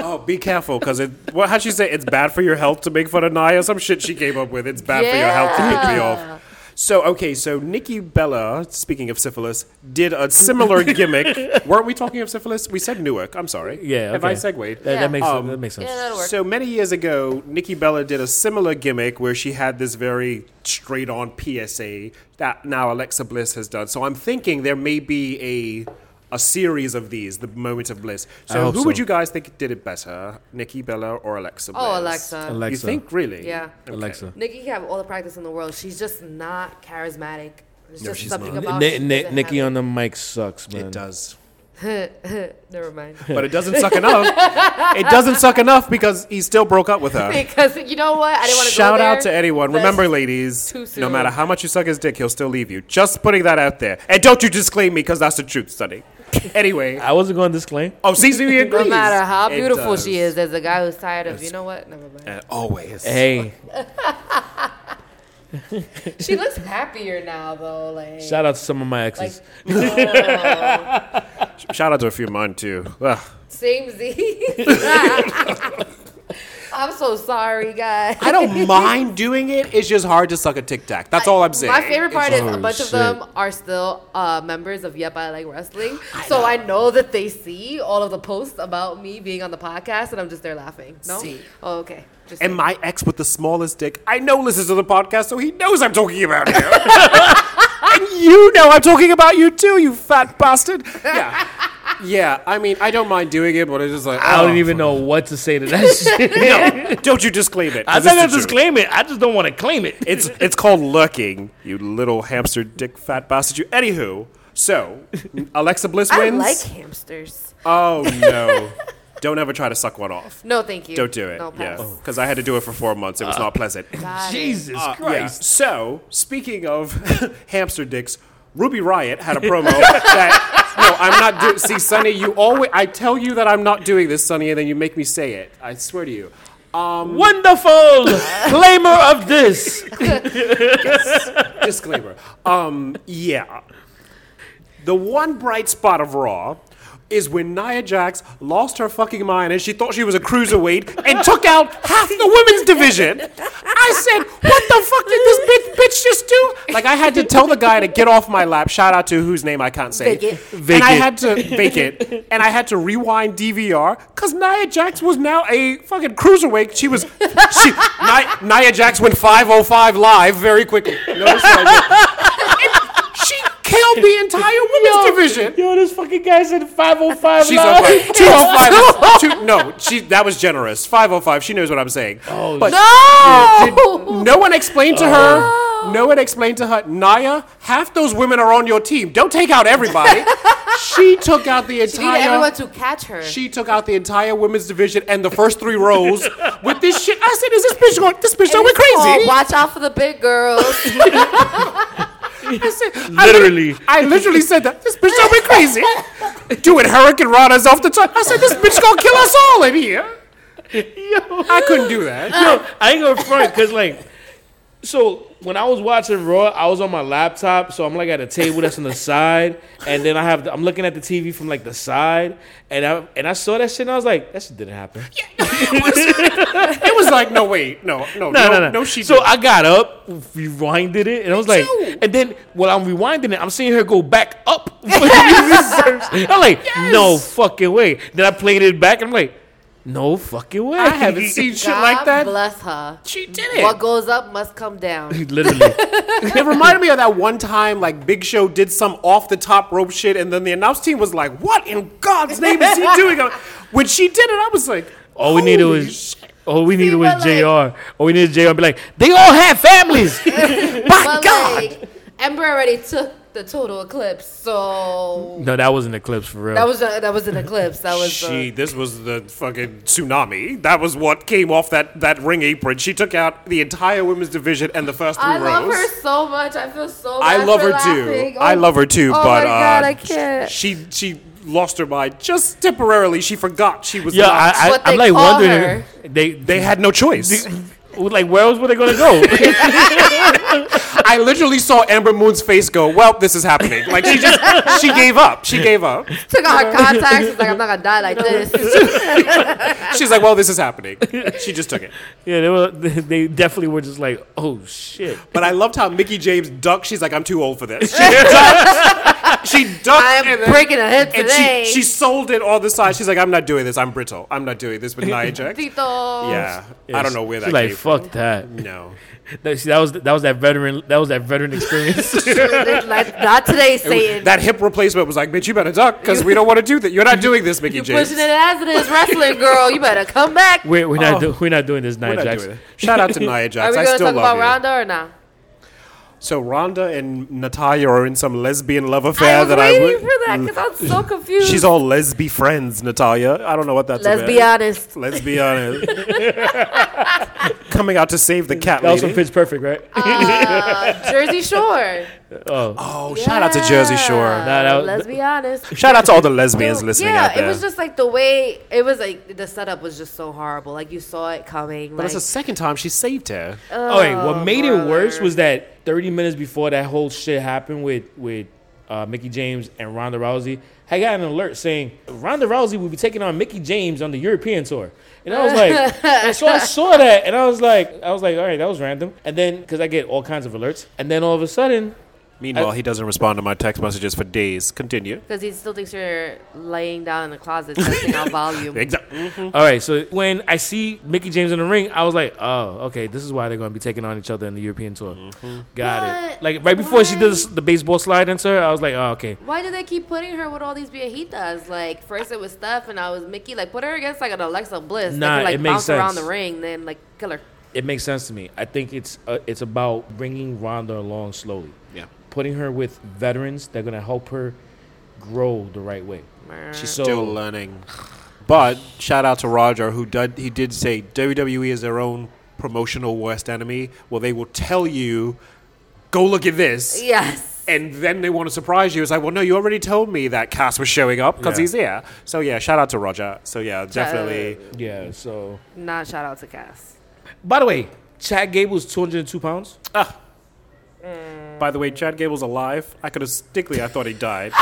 Oh, be careful, because it. What how'd she say? It's bad for your health to make fun of Naya. Some shit she came up with. It's bad for your health to pick me
Yeah.
off. So okay, so Nikki Bella, speaking of syphilis, did a similar gimmick. Weren't we talking of syphilis? We said Newark. I'm sorry.
Yeah,
If I
okay.
segued.
That,
Yeah.
that makes
Um,
sense. that makes sense.
yeah, that'll work.
So many years ago, Nikki Bella did a similar gimmick where she had this very straight on PSA that now Alexa Bliss has done. So I'm thinking there may be a a series of these, the moment of bliss. So
hope
who would
so.
you guys think did it better? Nikki Bella or Alexa Bliss?
oh, Alexa.
Alexa.
You think really?
Yeah.
Okay.
Alexa.
Nikki can have all the practice in the world. She's just not charismatic. There's
No,
just
she's
something
not.
about
Ni-
she
Ni-
doesn't
Nikki
have
on the mic sucks, man.
It does.
it. Never mind.
But it doesn't suck enough. It doesn't suck enough because he still broke up with her.
Because you know what? I didn't want to
Shout
go
out to
there.
anyone.
That's
Remember, ladies,
too
no
soon.
matter how much you suck his dick, he'll still leave you. Just putting that out there. And don't you disclaim me because that's the truth, Sonny. Anyway.
I wasn't going to disclaim.
Oh, CCB agrees.
No matter how
It
beautiful
does.
she is, there's a guy who's tired of. You know what? Never mind.
And always.
Hey,
She looks happier now though. Like
shout out to some of my exes.
Shout out to a few of mine, too. Ugh.
same Z. I'm so sorry, guys.
I don't mind doing it. It's just hard to suck a tic tac. That's all I'm saying.
My favorite part
It's-
is a
Oh,
bunch
shit.
of them are still uh, members of Yep I Like Wrestling, so I know that they see all of the posts about me being on the podcast, and I'm just there laughing. No,
See.
oh, okay. Just
And my ex with the smallest dick, I know listens to the podcast, so he knows I'm talking about him. and you know I'm talking about you too, you fat bastard. Yeah. Yeah, I mean, I don't mind doing it, but it's just like
I
oh,
don't even know what to say to that shit.
No, don't you disclaim it.
I
'cause
said
it's
I
the truth.
disclaim it. I just don't want to claim it.
It's it's called lurking, you little hamster dick fat bastard. You. Anywho, so Alexa Bliss
I
wins.
like hamsters.
oh no! don't ever try to suck one off.
No, thank you.
Don't do it.
No,
yeah,
pass.
because I had to do it for four months. It was not pleasant.
Got it. Ah.
Jesus
Uh, yeah.
Christ.
So, speaking of hamster dicks, Ruby Riot had a promo that no, I'm not doing. See, Sonny, you always I tell you that I'm not doing this, Sonny, and then you make me say it. I swear to you.
Wonderful claimer of this.
Disclaimer. Um, yeah. The one bright spot of Raw is when Nia Jax lost her fucking mind and she thought she was a cruiserweight and took out half the women's division. I said, what the fuck did this bitch, bitch just do? Like, I had to tell the guy to get off my lap. Shout out to whose name I can't say.
Vacant.
And
Vacant.
I had to vacate. And I had to rewind DVR because Nia Jax was now a fucking cruiserweight. She was, she, Nia, Nia Jax went 505 live very quickly. Notice that. And she killed the entire women's division.
Yo, this fucking guy's in 505
She's
live.
okay. 205. Two, no, she, that was generous. 505. She knows what I'm saying. Oh, but
No.
no one explained to her. No one explained to her. Naya, half those women are on your team. Don't take out everybody. she took out the
She needed everyone to
entire.
catch her.
She took out the entire women's division and the first three rows with this shit. I said, "Is this bitch going? This bitch going
It's called
crazy?"
watch out for the big girls.
I said- I
Literally.
lit- I, literally said that. This bitch going crazy. Doing hurricane runners off the top. I said, this bitch gonna kill us all in here.
Yo.
I couldn't do that.
Yo, I ain't gonna front because like, so when I was watching Raw, I was on my laptop, so I'm like at a table that's on the side, and then I have the, I'm looking at the TV from like the side, and I and I saw that shit, and I was like, that shit didn't happen.
It was like, no, wait, no, no, no, no, she
So
didn't.
I got up, rewinded it, and I was like,
too.
and then while I'm rewinding it, I'm seeing her go back up. for the research. I'm like, no fucking way. Then I played it back, and I'm like, no fucking way.
I haven't seen shit
God
like that.
Bless her.
She did
What
it.
goes up must come down.
literally.
It reminded me of that one time, like Big Show did some off the top rope shit, and then the announce team was like, "What in God's name is he doing?" When she did it, I was like,
All we needed
"Holy
was
shit."
all we needed
See,
was
but,
Jr.
like-
all we needed was Jr. Be like, they all have families.
but
By God,
like Ember already took the total eclipse. So
No, that wasn't Eclipse for real.
that was a, that was an eclipse. That was uh,
she. This was the fucking tsunami. That was what came off that that ring apron. She took out the entire women's division and the first three
I
rows.
love her so much. I feel so.
I
bad
love
for
her
laughing.
too. I
Oh,
love her too.
oh
but
my God,
uh,
I can't.
She she lost her mind just temporarily. She forgot she was.
yeah,
locked.
I, I,
what
I'm
they
like
call
wondering.
her.
They they
they had no choice.
like where else were they gonna go?
I literally saw Amber Moon's face go. Well, this is happening. Like she just she gave up. She gave up.
took out her contacts. She's like, I'm not gonna die like this.
She's like, well, this is happening. She just took it.
yeah, they were. They definitely were just like, oh shit.
But I loved how Mickey James ducked. She's like, I'm too old for this. She ducked. She ducked.
I
and
am
then-
breaking a hip
and
today.
she, she sold it all the sides. She's like, I'm not doing this. I'm brittle. I'm not doing this with Nia Jax.
Tito.
Yeah. I don't know where that
She's like,
came
fuck that.
from. No.
That, see, that was that was that veteran. That was that veteran experience.
like, not today, Satan.
That hip replacement was like, bitch, you better duck because we don't want to do that. You're not doing this, Mickey
You're
James.
pushing it as it is, wrestling girl. You better come back.
we're we're not
Oh.
do, we're not doing this, Nia
We're not
Jax.
doing it. Shout out to Nia
Are
Jax.
we
I
gonna
still
talk about
love you.
Ronda or not?
So Rhonda and Natalia are in some lesbian love affair
I was
that
waiting
I would.
for that because I'm so confused.
She's all lesbi friends, Natalia. I don't know what that's
Let's
about.
be honest.
Let's be honest. Coming out to save the cat
That also
lady.
fits perfect, right?
Uh, Jersey Shore.
oh,
oh, shout out to Jersey Shore.
Nah, that was-
Let's be honest.
Shout out to all the lesbians listening
yeah,
out there.
it was just like the way it was like the setup was just so horrible. Like you saw it coming.
but
Like, Uh,
it's the second time she saved her.
oh wait, what made it worse
brother.
was that 30 minutes before that whole shit happened with with uh, Mickey James and Ronda Rousey, I got an alert saying Ronda Rousey will be taking on Mickey James on the European tour, and I was like, and so I saw that, and I was like, I was like, all right, that was random, and then because I get all kinds of alerts, and then all of a sudden,
Meanwhile, he doesn't respond to my text messages for days. Continue.
because he still thinks you're laying down in the closet testing out volume.
Exactly.
All right, so when I see Mickey James in the ring, I was like, oh, okay, this is why they're going to be taking on each other in the European tour. Got it.
But
Like right before she
why-
did this- the baseball slide into her, I was like, oh, okay.
Why do they keep putting her with all these viejitas? Like first it was Steph, and I was Mickey. Like put her against like an Alexa Bliss.
Nah,
they could, like
it makes
bounce around
sense.
the ring, then like kill her.
It makes sense to me. I think it's uh, it's about bringing Ronda along slowly,
Yeah.
putting her with veterans that are going to help her grow the right way. She's so
Still learning. But shout out to Roger, who did he did say WWE is their own promotional worst enemy. Well, they will tell you, go look at this.
Yes.
And then they want to surprise you. It's like, well, no, you already told me that Cass was showing up because
Yeah.
he's here. So yeah, shout out to Roger. So yeah, definitely.
yeah. So
Not shout out to Cass.
by the way, Chad Gable's two hundred and two pounds.
By the way, Chad Gable's alive. I could have stickly. I thought he died.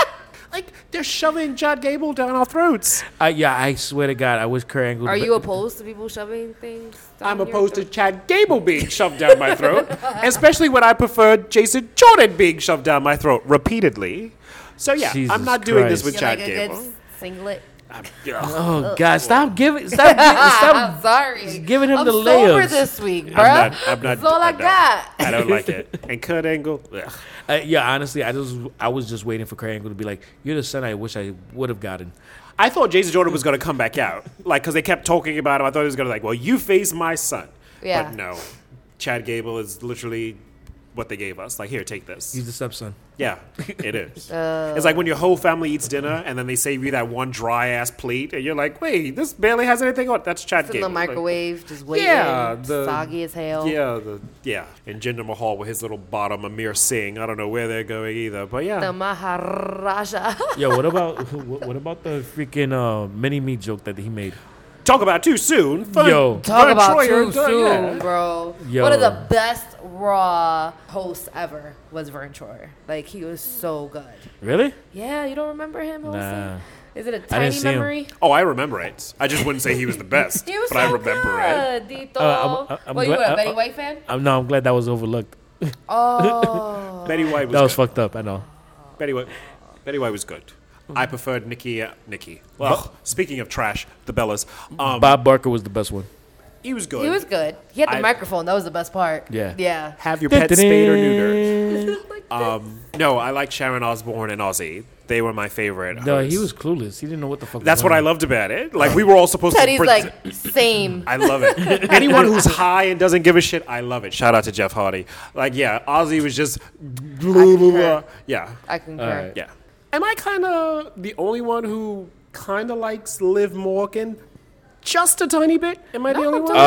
like they're shoving Chad Gable down our throats.
I, Uh, yeah, I swear to God, I wish Kurt Angle.
Are you opposed to people shoving things?
I'm
down your
opposed to
throat?
Chad Gable being shoved down my throat, especially when I preferred Jason Jordan being shoved down my throat repeatedly. So yeah,
Jesus
I'm not doing this
Christ.
with
You
Chad
like a good
Gable.
singlet.
I'm- ugh.
Uh,
Oh God! Stop giving. Stop. gi-
I'm
stop
sorry.
giving him
I'm
the
sober
layups.
this week, bro.
I'm not. I'm not.
That's all I,
don't-
got.
I don't like it. And Kurt Angle. ugh.
Uh, yeah, honestly, I just I was just waiting for Kurt Angle to be like, "You're the son I wish I would have gotten."
I thought Jason Jordan was going to come back out, like because they kept talking about him. I thought he was going to like, well, you face my son.
Yeah.
But no, Chad Gable is literally what they gave us. Like, here, take this.
He's the stepson.
Yeah, it is. It's like when your whole family eats dinner and then they save you that one dry ass plate, and you're like, wait, this barely has anything on. it." That's Chad
It's in
Gable.
the
Like,
microwave, just waiting.
Yeah, the-
soggy as hell.
yeah, the, yeah. And Jinder Mahal with his little bottom, Amir Singh. I don't know where they're going either, but yeah.
The Maharaja.
Yo, what about what, what about the freaking uh, mini me joke that he made?
Talk about too soon. Fun-
Yo.
Talk
Fun
about
Troyer,
too
yeah.
soon, bro.
Yo.
One of the best Raw hosts ever was Vern Troyer. Like he was so good.
Really?
Yeah, you don't remember him? hosting?
Nah.
Is it a tiny
see him.
memory?
Oh, I remember it. I just wouldn't say he was the best,
He was
but
so
I remember it.
good, Dito.
Uh, I'm- I'm
what, you
glad-
were a
uh,
Betty
uh,
White fan?
I'm, no, I'm glad that was overlooked.
Oh.
Betty White was,
That was
good.
fucked up. I know.
Betty White. Betty White was good. I preferred Nikki. Uh, Nikki. Well, speaking of trash, the Bellas. Um,
Bob Barker was the best one.
he was good.
he was good. He had the
I-
microphone. That was the best part.
Yeah.
Yeah.
Have your pet spayed or neutered. Um, no, I like Sharon Osbourne and Ozzy. They were my favorite.
No,
hosts.
he was clueless. He didn't know what the fuck.
That's
was
what
going
I
on.
loved about it. Like we were all supposed
Teddy's
to.
like, same.
I love it. Anyone who's high and doesn't give a shit, I love it. Shout out to Jeff Hardy. Like, yeah, Ozzy was just. Yeah,
I concur.
yeah. Am I kind of the only one who kind of likes Liv Morgan? Just a tiny bit. Am I the only one?
totally.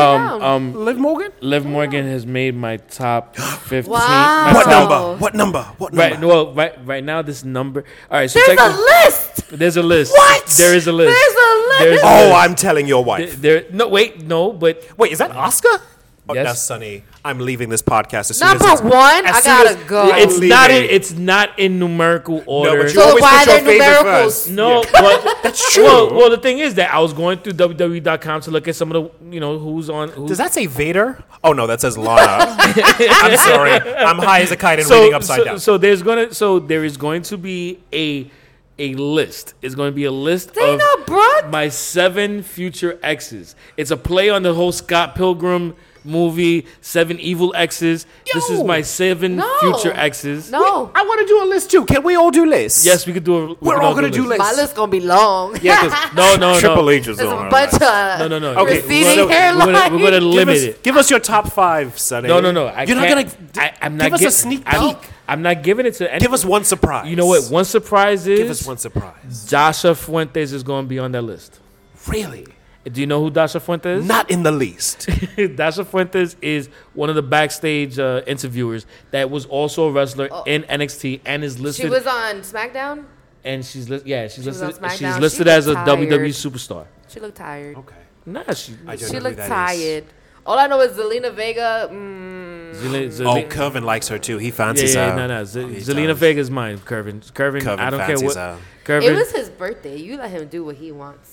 Um, um,
Liv Morgan.
Liv Morgan has made my top fifteen.
Wow.
my
What
top-
number? Oh.
What number? What
Right, well, right, right now this number. All right, so
There's a
technically-
list.
there's a list.
What?
There is a list.
There's a list.
There's
Oh, I'm telling your
There,
wife.
there- no, wait, no, but
Wait, is that Oscar? Oh,
Yes.
that's Sunny. I'm leaving this podcast as soon
Number
as it's-
one,
as
I
soon
gotta
as-
go.
it's
leaving.
not. In, it's not in numerical order.
No, but you
So
always
why
put your
are there
favorite
numericals?
first.
No,
Yeah.
but
That's true.
Well, well, the thing is that I was going through www.com to look at some of the, you know, who's on. Who's,
Does that say Vader? Oh no, that says Lana. I'm sorry. I'm high as a kite and reading upside
so,
down.
so there's gonna, so there is going to be a a list. It's going to be a list
They
of
not broad.
my seven future exes. It's a play on the whole Scott Pilgrim movie, Seven Evil Exes. This is
Yo!
my seven
No.
future exes.
No,
I want to do a list too. Can we all do lists?
Oh. Yes, we could do. A, we
We're
could
all gonna do
lists.
my list gonna be long.
Yeah, 'cause- Oh, no, no, no.
Triple H is
There's
on.
a bunch of
No, no, no.
Okay,
receding
so we're
We're
hairline.
gonna, we're gonna
give
limit
us,
it.
Give us your top five, Sonny.
No, no, no. I
You're
can't,
not gonna.
I, I'm not
give us
gi-
a sneak
I'm,
peek.
I'm not giving it to any.
Give us one surprise.
You know what? One surprise is
Give us one surprise.
Dasha Fuentes is going to be on that list.
Really?
Do you know who Dasha Fuentes is?
Not in the least.
Dasha Fuentes is one of the backstage uh, interviewers that was also a wrestler in NXT and is
Oh. She
listed.
was on SmackDown.
and she's li- yeah, she's
was
listed.
on SmackDown.
She's
She
listed
looked
as a
tired.
WWE superstar.
She looked tired.
okay.
Nah, she.
Oh, I don't
She
know who
looked
that is.
tired. All I know is Zelina Vega. Mm,
Zele-
Oh,
Zele-
Curvin likes her too. He uh,
yeah,
fancies
yeah,
her.
no, no. Z-
Oh,
He
Zelina
does.
Vega is mine. Curvin, Curvin.
Curvin
I don't care
fancies
what.
her.
Curvin
it was his birthday. You let him do what he wants.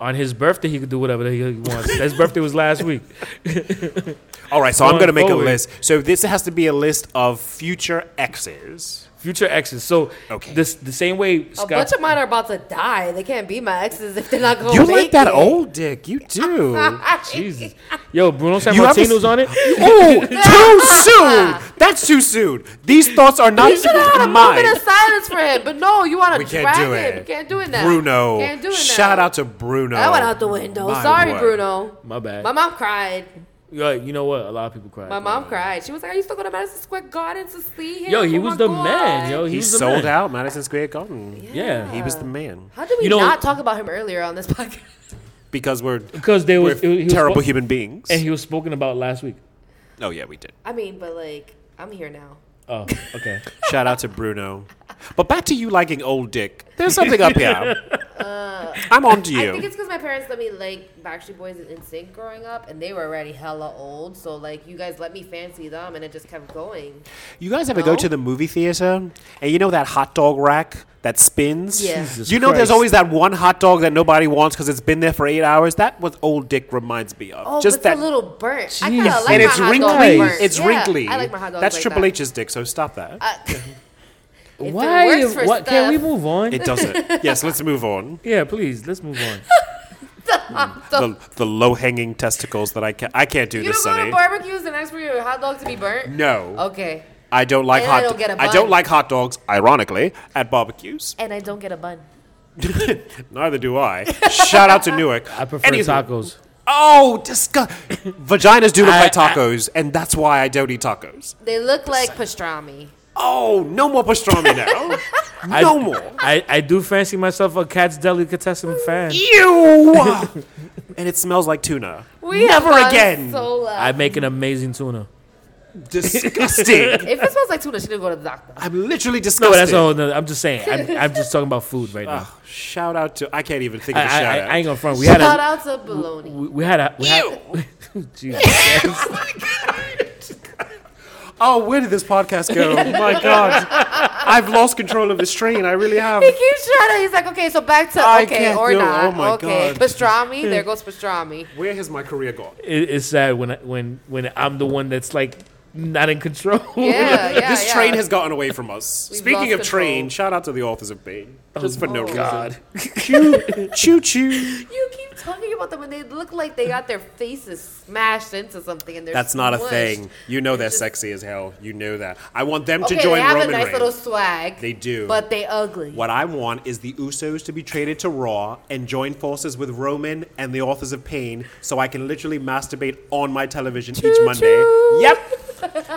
on his birthday he could do whatever he he wants. His birthday was last week.
All right, so I'm
Going
going to make
forward.
a list. So this has to be a list of future exes.
Future exes. So
Okay.
this the same way
A bunch
Scott.
of mine are about to die. They can't be my exes if they're not
Oh,
going.
You
make
like that
it.
old dick? You do.
Jesus, yo, Bruno San
You have a
Martino's
s-
on it.
oh, too soon. That's too soon. These thoughts are not
You should have had a
mine.
moment of silence for him, but no, you want
We
to
can't
drag
do
him.
it.
You can't do it now.
Bruno.
Can't do it now.
Shout out to Bruno.
That went out the window.
My
Sorry,
word.
Bruno.
My bad.
My mom cried.
Yo, you know what? A lot of people cry.
My
uh,
mom cried. She was like, "Are you still going to Madison Square Garden to see him?"
Yo, he
Oh
was
my
the
God."
man. Yo, he,
He
was the
sold
man.
out Madison Square Garden.
Yeah.
He was the man.
How did we
You know-
not talk about him earlier on this podcast?
Because we're,
because they
we're
was, it was- he was
terrible
spo-
human beings.
and he was spoken about last week.
oh, yeah, we did.
I mean, but like, I'm here now.
Oh, okay.
Shout out to Bruno. But back to you liking old dick. There's something up here. I'm on to you.
Uh, I think it's because my parents let me like Backstreet Boys and NSYNC growing up, and they were already hella old. So like, you guys let me fancy them, and it just kept going.
You guys ever
No?
go to the movie theater and you know that hot dog rack that spins?
Yeah.
Jesus
you know there's
Christ.
always that one hot dog that nobody wants because it's been there for eight hours? That what old dick reminds me of.
Oh,
Just
but
that.
it's a little burnt. I
Jeez.
kind of like
and
my
it's
hot
wrinkly.
dogs burnt.
It's
Yeah,
wrinkly.
I like my hot dogs
That's
like
Triple
that. Uh,
H's dick, so stop that.
If
Why?
It works for
what? Can we
stuff,
move on?
it doesn't. yes, let's move on.
yeah, please. Let's move on.
The, the low hanging testicles that I can't. I can't do
You
this,
don't go
Sonny. Mm.
to Oh, barbecues and ask for your hot dog to be burnt.
No,
Okay,
I don't like
And I
hot.
don't get a
I don't
bun.
like hot dogs. Ironically, at barbecues,
and I don't get a bun.
neither do I. Shout out to Newark.
I prefer
Anywho.
tacos.
Oh, disgust. Vaginas do look
I-
like tacos, and that's why I don't eat tacos.
They look like pastrami.
Oh, no more pastrami now. no
I,
more.
I, I do fancy myself a Cat's Delicatessen fan.
Ew. and it smells like tuna.
We
Never
have gone
again.
So low.
I make an amazing tuna.
Disgusting.
if it smells like tuna, she didn't go to the doctor.
I'm literally
No,
disgusted.
but that's all. No, I'm just saying. I'm, I'm just talking about food right now.
Ugh, shout out to. I can't even think
I,
of a shout
I, I,
out.
I ain't gonna front. We had
Shout
a
out to bologna.
we, we had a we had, Jesus.
oh, where did this podcast go? Oh my God. I've lost control of this train. I really have.
He keeps trying to. He's like, okay, so back to
I
okay
can't
or
do it.
not.
Oh my
okay,
God.
pastrami. There goes pastrami.
Where has my career gone?
It- it's sad when I, when when I'm the one that's like not in control.
Yeah, yeah,
this
yeah.
train has gotten away from us.
We've lost
Speaking of train,
control.
shout out to the authors of Bane. Just for no
God.
reason. Choo choo.
You keep talking about them when they look like they got their faces smashed into something and they're
That's not a
smushed.
thing. You know they're sexy as hell. You know that. I want them
Okay,
to join
they have
Roman
a nice
Reigns.
little swag.
They do.
but they ugly.
What I want is the Usos to be traded to Raw and join forces with Roman and the authors of Pain so I can literally masturbate on my television each Monday. Yep.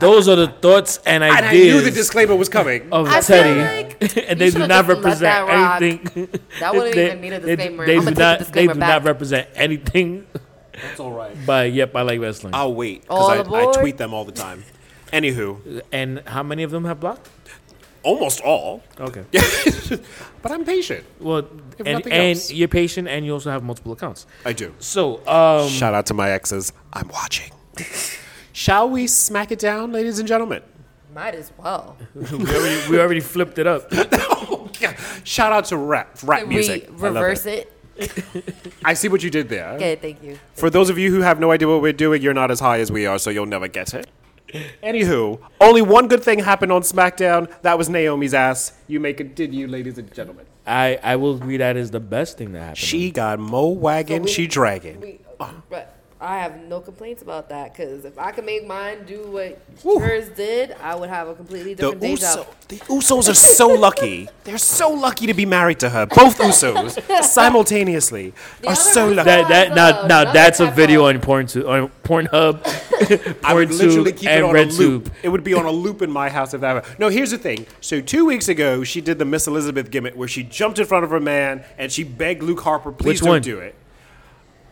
Those are the thoughts and
And I
ideas
knew the disclaimer was coming.
of
I feel
Teddy, and
like
they
you
do
should've
not
just let
represent
that rock.
anything.
That wouldn't even need a
they-
disclaimer.
They,
I'm
do
gonna take the
not.
disclaimer
they do
back.
not represent anything.
That's all right.
But yep, I like wrestling.
I'll wait
All
because I, I
aboard.
tweet them all the time. Anywho,
And how many of them have blocked?
almost all.
Okay.
But I'm patient.
Well,
If
and,
nothing
and
else.
you're patient, and you also have multiple accounts.
I do.
So, um,
Shout out to my exes. I'm watching. Shall we smack it down, ladies and gentlemen?
Might as well.
we, already, we already flipped it up.
Oh, yeah. Shout out to rap, rap
Can we
music. I, love
reverse
it.
it?
I see what you did there.
Okay, thank you.
For those of you who have no idea what we're doing, you're not as high as we are, so you'll never get it. Anywho, only one good thing happened on SmackDown. That was Naomi's ass. You may continue, ladies and gentlemen.
I, I will agree that is the best thing that happened.
She got mo wagon,
So we-
she dragon.
We, but I have no complaints about that because if I could make mine do what
Woo.
hers did, I would have a completely
The,
different day
Uso-
job.
the Usos are so lucky. They're so lucky to be married to her. Both Usos simultaneously are
other
so
Uso-
lucky.
that that now
Bravo,
now
another
that's a
typo.
video on Porntu- on Pornhub,
I would literally
PornTube,
keep it
and
on a loop.
RedTube.
It would be on a loop in my house if that ever. No, here's the thing. So two weeks ago, she did the Miss Elizabeth gimmick where she jumped in front of her man and she begged Luke Harper, please
Which
don't
one?
do it.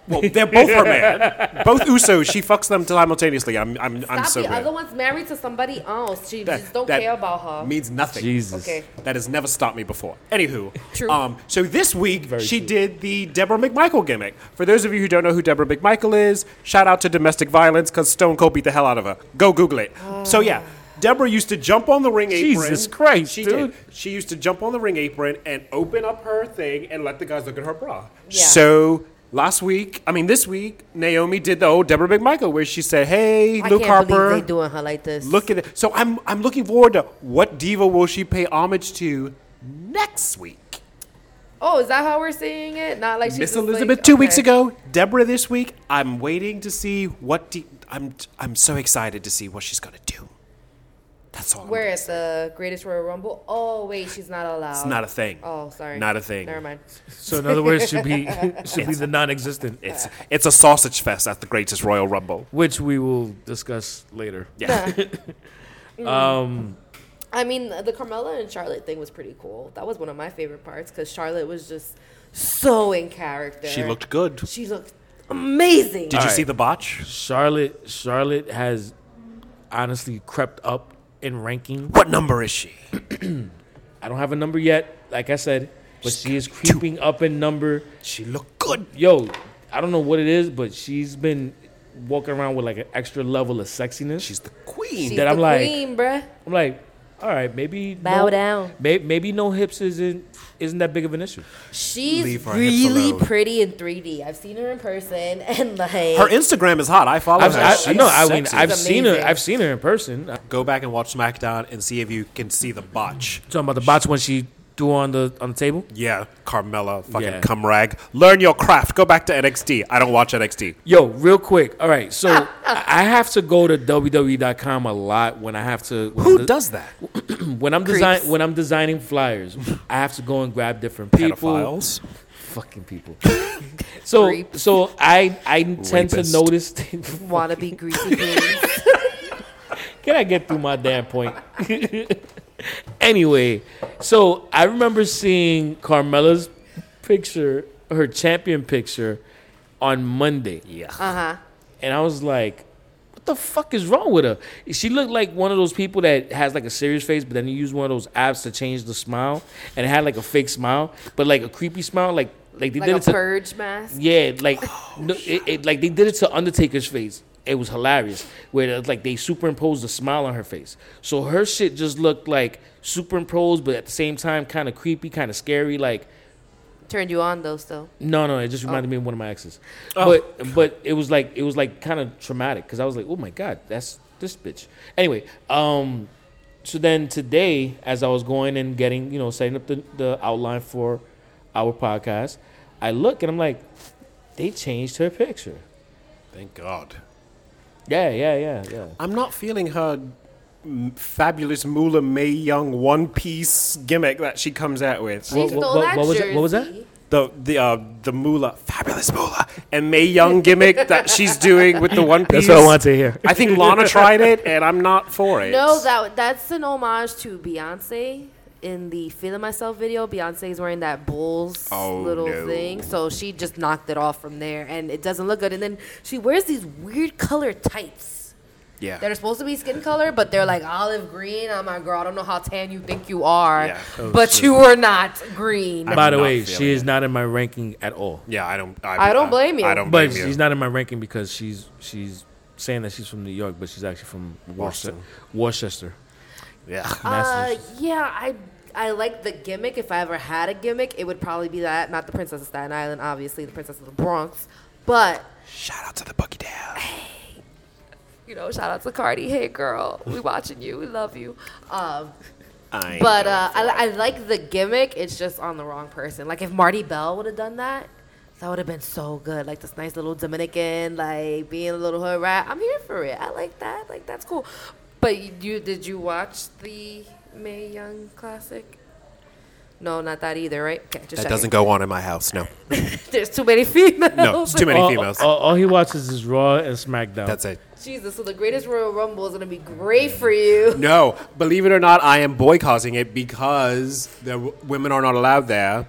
Well, they're both her man. Both Usos. She fucks them simultaneously. I'm, I'm, I'm
Stop
so
the
mad.
other one's married to somebody else. She
That-
just don't
that
care about her.
Means nothing.
Jesus.
Okay.
That has never stopped me before. Anywho,
True.
Um, so this week she did the Deborah McMichael gimmick. For those of you who don't know who Deborah McMichael is, shout out to domestic violence because Stone Cold beat the hell out of her. Go Google it. so yeah, Deborah used to jump on the ring apron.
Jesus Christ,
she
dude.
did. She used to jump on the ring apron and open up her thing and let the guys look at her bra.
Yeah.
So. Last week, I mean this week, Naomi did the old Deborah McMichael where she said, "Hey,
I
Luke
can't
Harper,
believe they doing her like this.
Look at it. So I'm I'm looking forward to what diva will she pay homage to next week.
Oh, is that how we're seeing it? Not like she's
Miss
just
Elizabeth
like,
two weeks
okay.
ago, Deborah this week. I'm waiting to see what. Di- I'm I'm so excited to see what she's gonna do. That's all. I'm
We're
gonna
at the Greatest Royal Rumble. Oh wait, she's not allowed.
It's not a thing.
Oh, sorry.
Not a thing.
Never mind.
So in other words, should be should be the non-existent,
It's it's a sausage fest at the Greatest Royal Rumble.
which we will discuss later.
Yeah.
I mean, the Carmella and Charlotte thing was pretty cool. That was one of my favorite parts because Charlotte was just so in character.
she looked good. Did
She looked amazing.
you
right.
see the botch?
Charlotte Charlotte has honestly crept up in ranking.
What number is she?
I don't have a number yet, like I said, but she is creeping up in number.
She looked good.
Yo, I don't know what it is, but she's been walking around with like an extra level of sexiness.
She's the queen.
She's
that I'm
the
like-
queen, bruh.
I'm like, all right, maybe
Bow
no,
down.
May, maybe no hips isn't isn't that big of an issue.
She's
Leave her hips
really
alone.
pretty in 3D. I've seen her in person, and like
her Instagram is hot. I follow
I've,
her.
I,
She's
no, I mean
sexy.
I've seen her.
amazing.
I've seen her in person. I'm
Go back and watch SmackDown and see if you can see the botch.
talking about the bots when she threw on the on the table.
Yeah, Carmella, fucking
Yeah.
cum rag. Learn your craft. Go back to NXT. I don't watch NXT.
Yo, real quick. All right, so I I have to go to www.com a lot when I have to. When I'm de-
does that?
When I'm design
Creeps.
when I'm designing flyers, I have to go and grab different people,
Pedophiles.
fucking people. so
Creeps.
so I I tend to
Rapist.
notice.
wanna be greasy queen.
Can I get through my damn point? anyway, so I remember seeing Carmella's picture, her champion picture, on Monday,
Yeah.
Uh huh.
and I was like, "What the fuck is wrong with her?" She looked like one of those people that has like a serious face, but then you use one of those apps to change the smile, and it had like a fake smile, but like a creepy smile, like like they
Like
did
a
it to
purge mask.
yeah, like no, it, it, like they did it to Undertaker's face. It was hilarious. Where it was like they superimposed a smile on her face, so her shit just looked like superimposed, but at the same time kind of creepy, kind of scary. Like
turned you on though. Still,
No, no, it just reminded me of one of my exes.
Oh.
But but it was like it was like kind of traumatic because I was like, oh my god, that's this bitch. Anyway, um, so then today, as I was going and getting, you know, setting up the the outline for our podcast, I look and I'm like, they changed her picture.
Thank God.
Yeah, yeah, yeah, yeah.
I'm not feeling her m- fabulous Moolah May Young one piece gimmick that she comes out with.
What- what- what- what was it- what was that?
jersey.
the the uh, the Moolah, fabulous Moolah, and May Young gimmick that she's doing with the one piece.
That's what I wanted to hear.
I think Lana tried it, and I'm not for it.
No, that that's an homage to Beyonce in the "Feeling Myself" video. Beyonce is wearing that Bulls
Oh,
little
no.
thing, so she just knocked it off from there, and it doesn't look good. And then she wears these weird color tights
yeah.
that are supposed to be skin color, but they're like olive green. I'm like, girl, I don't know how tan you think you are,
Yeah. Oh,
but you are not green.
By the
not
way,
feeling
she is not in my ranking at all.
yeah, I don't.
I don't blame you.
I don't blame
But
you.
she's not in my ranking because she's she's saying that she's from New York, but she's actually from Worcester.
Boston.
Worcester.
yeah.
Uh, yeah, I I like the gimmick. If I ever had a gimmick, it would probably be that, not the Princess of Staten Island, obviously, the Princess of the Bronx, but.
Shout out to the Boogie Down.
you know, shout out to Cardi. Hey, girl, we watching you. We love you. Um,
I ain't
but
going
uh,
for
I,
it.
I like the gimmick. It's just on the wrong person. Like if Marty Bell would have done that, that would have been so good. Like this nice little Dominican, like being a little hood rat. I'm here for it. I like that. Like that's cool. But you, you did you watch the May Young classic? No, not that either, right? Okay, just
that
checking.
doesn't go on in my house. No,
There's too many females.
no, it's too many
all,
females.
all- all he watches is Raw and SmackDown.
That's it.
Jesus, so the greatest Royal Rumble is gonna be great for you.
No, believe it or not, I am boycotting it because the w- women are not allowed there.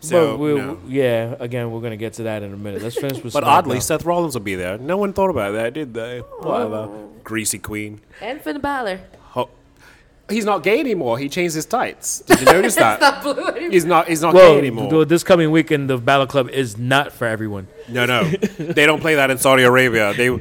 So,
but we'll,
no.
yeah, again, we're gonna get to that in a minute. Let's finish with.
But
SmackDown.
oddly, Seth Rollins will be there. No one thought about that, did they? Whatever. Greasy queen.
And Finn Balor.
Ho- He's not gay anymore. He changed his tights. Did you notice that?
Not blue anymore.
He's not. He's not gay
well,
anymore.
th- this coming weekend, the Battle Club is not for everyone.
No, no, they don't play that in Saudi Arabia. They.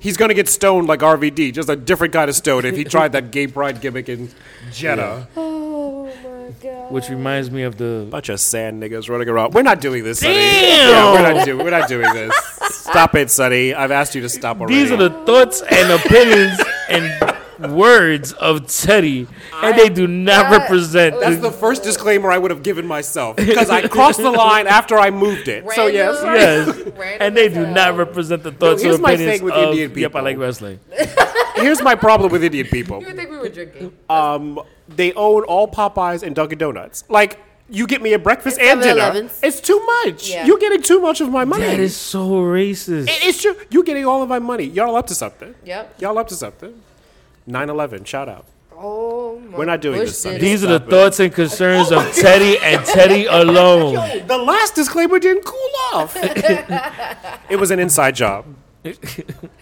He's gonna get stoned like RVD, just a different kind of stone. If he tried that gay pride gimmick in Jeddah,
Oh my god.
Which reminds me of the.
bunch of sand niggas running around. We're not doing this, Sonny.
Damn!
Yeah, we're not doing. We're not doing this. Stop it, Sonny. I've asked you to stop already.
These are the thoughts and opinions and words of Teddy, and they do not
Yeah.
represent.
That's the first disclaimer I would have given myself because I crossed the line after I moved it. so
Random-
yes.
yes, and they do
Random
not
as
represent the thoughts
here's
and
my
opinions
thing with
of.
Indian
Yep, I
people.
like wrestling.
Here's my problem with Indian people.
You would think we were drinking.
Um, they own all Popeyes and Dunkin' Donuts. Like you get me a breakfast and dinner.
7-Elevens.
It's too much.
Yeah.
You're getting too much of my money.
That is so racist.
It- it's true. You're getting all of my money. Y'all up to something.
Yep.
Y'all up to something. 9-11, shout out.
Oh my.
We're not doing
Bush
this,
did
Sonny.
it.
These are the
Stop it.
thoughts and concerns of Teddy and Teddy alone.
The last disclaimer didn't cool off. it was an inside job.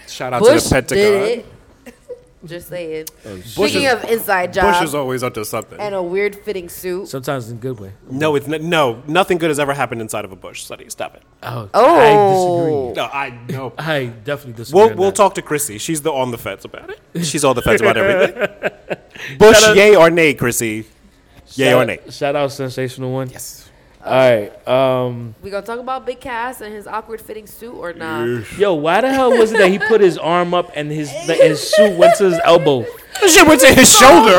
Shout out
Bush
to the Pentagon. Oh,
did it. Just saying. Speaking
is-
of inside
Bush
job
is always up to something.
and a weird fitting suit.
Sometimes in a good way.
No, it's n- no. Nothing good has ever happened inside of a bush. Sonny, stop it.
Oh,
Oh.
No, I know.
I disagree. I definitely disagree.
We'll
on
we'll
that.
talk to Chrissy. She's the on the fence about it. She's on the fence about everything. bush, yay or nay, Chrissy? Yay
Shout-
or nay?
Shout out, sensational one.
Yes.
All right. Um,
We gonna talk about Big Cass and his awkward fitting suit or not?
yo, why the hell was it that he put his arm up and his that his suit went to his elbow?
This shit went to his shoulder.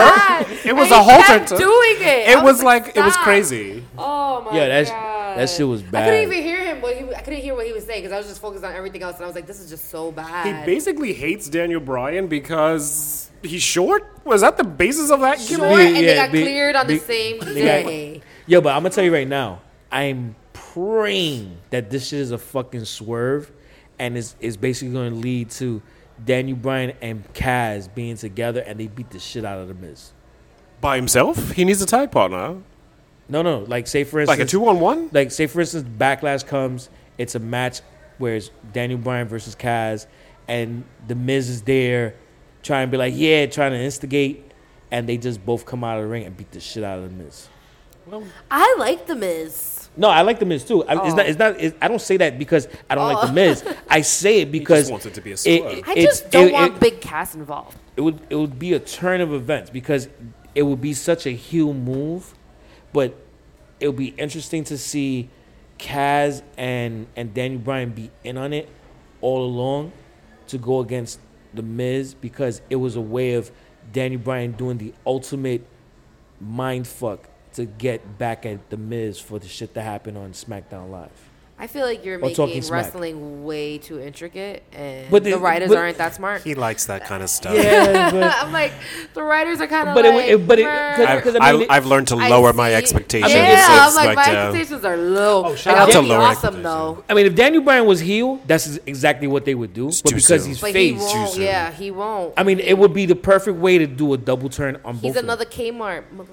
It was a halter.
kept
to-
doing it.
It
I
was, like it was
stop.
crazy.
Oh my
Yeah, that's-
god.
that shit was
I couldn't
bad.
even hear him. What he, I couldn't hear what he was saying because I was just focused on everything else, and I was like, "This is just so
He
bad."
basically hates Daniel Bryan because he's short. Was that the basis of that?
Sure,
gimmick?
Yeah,
and they
yeah,
got
be-
cleared on
be-
the same
they got-
day.
Yo, but I'm gonna tell you right now, I'm praying that this shit is a fucking swerve, and is is basically gonna lead to Daniel Bryan and Kaz being together, and they beat the shit out of the Miz.
By himself, he needs a tag partner,
No, no, like say for instance,
like a two-on-one.
like say for instance backlash comes it's a match where it's daniel bryan versus kaz and the miz is there trying to be like yeah trying to instigate and they just both come out of the ring and beat the shit out of the miz
I like the Miz.
no i like the miz too I, it's
Oh.
not it's not it, i don't say that because i don't like the miz i say it because
wants it to be a swerve.
I just don't
it-
want
it-
Big Cass involved.
it would it would be a turn of events because it would be such a heel move, but it'll be interesting to see Kaz and and Daniel Bryan be in on it all along to go against the Miz because it was a way of Daniel Bryan doing the ultimate mind fuck to get back at the Miz for the shit that happened on SmackDown Live.
I feel like you're
Or talking
making
smack.
wrestling way too intricate, and
But
the,
they-
writers
but-
aren't that smart.
He likes that kind of stuff.
Yeah, but
I'm like, the writers are kind of
But it-
like,
it- but it-
"Brr."
'cause-
I've,
'cause I
I
mean, it-
have learned to
I
lower
see-
my expectations.
Yeah,
It's-
I'm
it's
like, my
uh,
expectations are low. Oh,
shout
shout out to
out to lower
Awesome
expectations.
though.
I mean, if Daniel Bryan was heel, that's exactly what they would do. but
too
because
soon.
he's
But he
face,
won't.
Juicer.
Yeah, he won't.
I mean, it would be the perfect way to do a double turn on both.
He's
of them.
another Kmart. mother-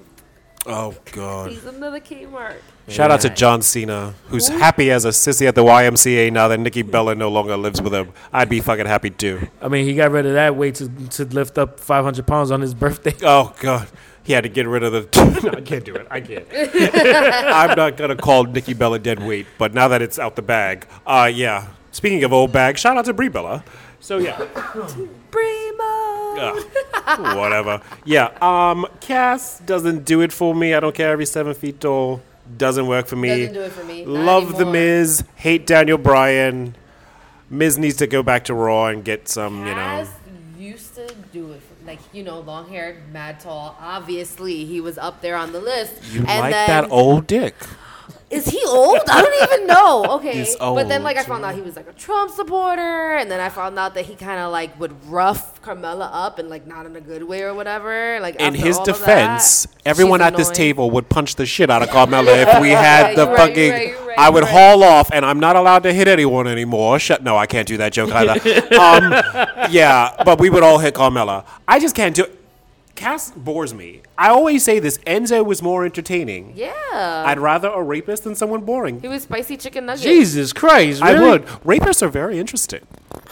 oh god.
He's another Kmart.
Shout out to John Cena, who's happy as a sissy at the YMCA now that Nikki Bella no longer lives with him. I'd be fucking happy too.
I mean, he got rid of that way to to lift up 500 pounds on his birthday.
Oh god. He had to get rid of the. No, I can't do it. I can't. I'm not gonna call Nikki Bella dead weight, but now that it's out the bag, uh, yeah. Speaking of old bag, shout out to Brie Bella. So yeah.
Primo.
Ugh, whatever. Yeah. Um, Cass doesn't do it for me. I don't care if he's seven feet tall. Doesn't work for me.
Doesn't do it for me. Not
Love the
anymore.
Miz. Hate Daniel Bryan. Miz needs to go back to Raw and get some. You know.
Taz used to do it, for- like you know, long haired, mad tall. Obviously, he was up there on the list.
You
and
like
then,
that old dick?
Is he old? I don't even know. Okay,
He's
but then like I
old.
found out he was like a Trump supporter, and then I found out that he kind of like would rough Carmella up and like not in a good way or whatever. Like
In
after
his
all of
defense,
that,
everyone
she's
at this
annoying.
table would punch the shit out of Carmella if we had
Yeah,
the
you're right,
fucking.
you're right, you're right,
I would
you're right.
haul off, and I'm not allowed to hit anyone anymore. Shut. No, I can't do that joke either. um, yeah, but we would all hit Carmella. I just can't do. Cass bores me. I always say this. Enzo was more entertaining.
yeah,
I'd rather a rapist than someone boring.
he was spicy chicken nuggets.
Jesus Christ!
I
really?
would. Rapists are very interesting.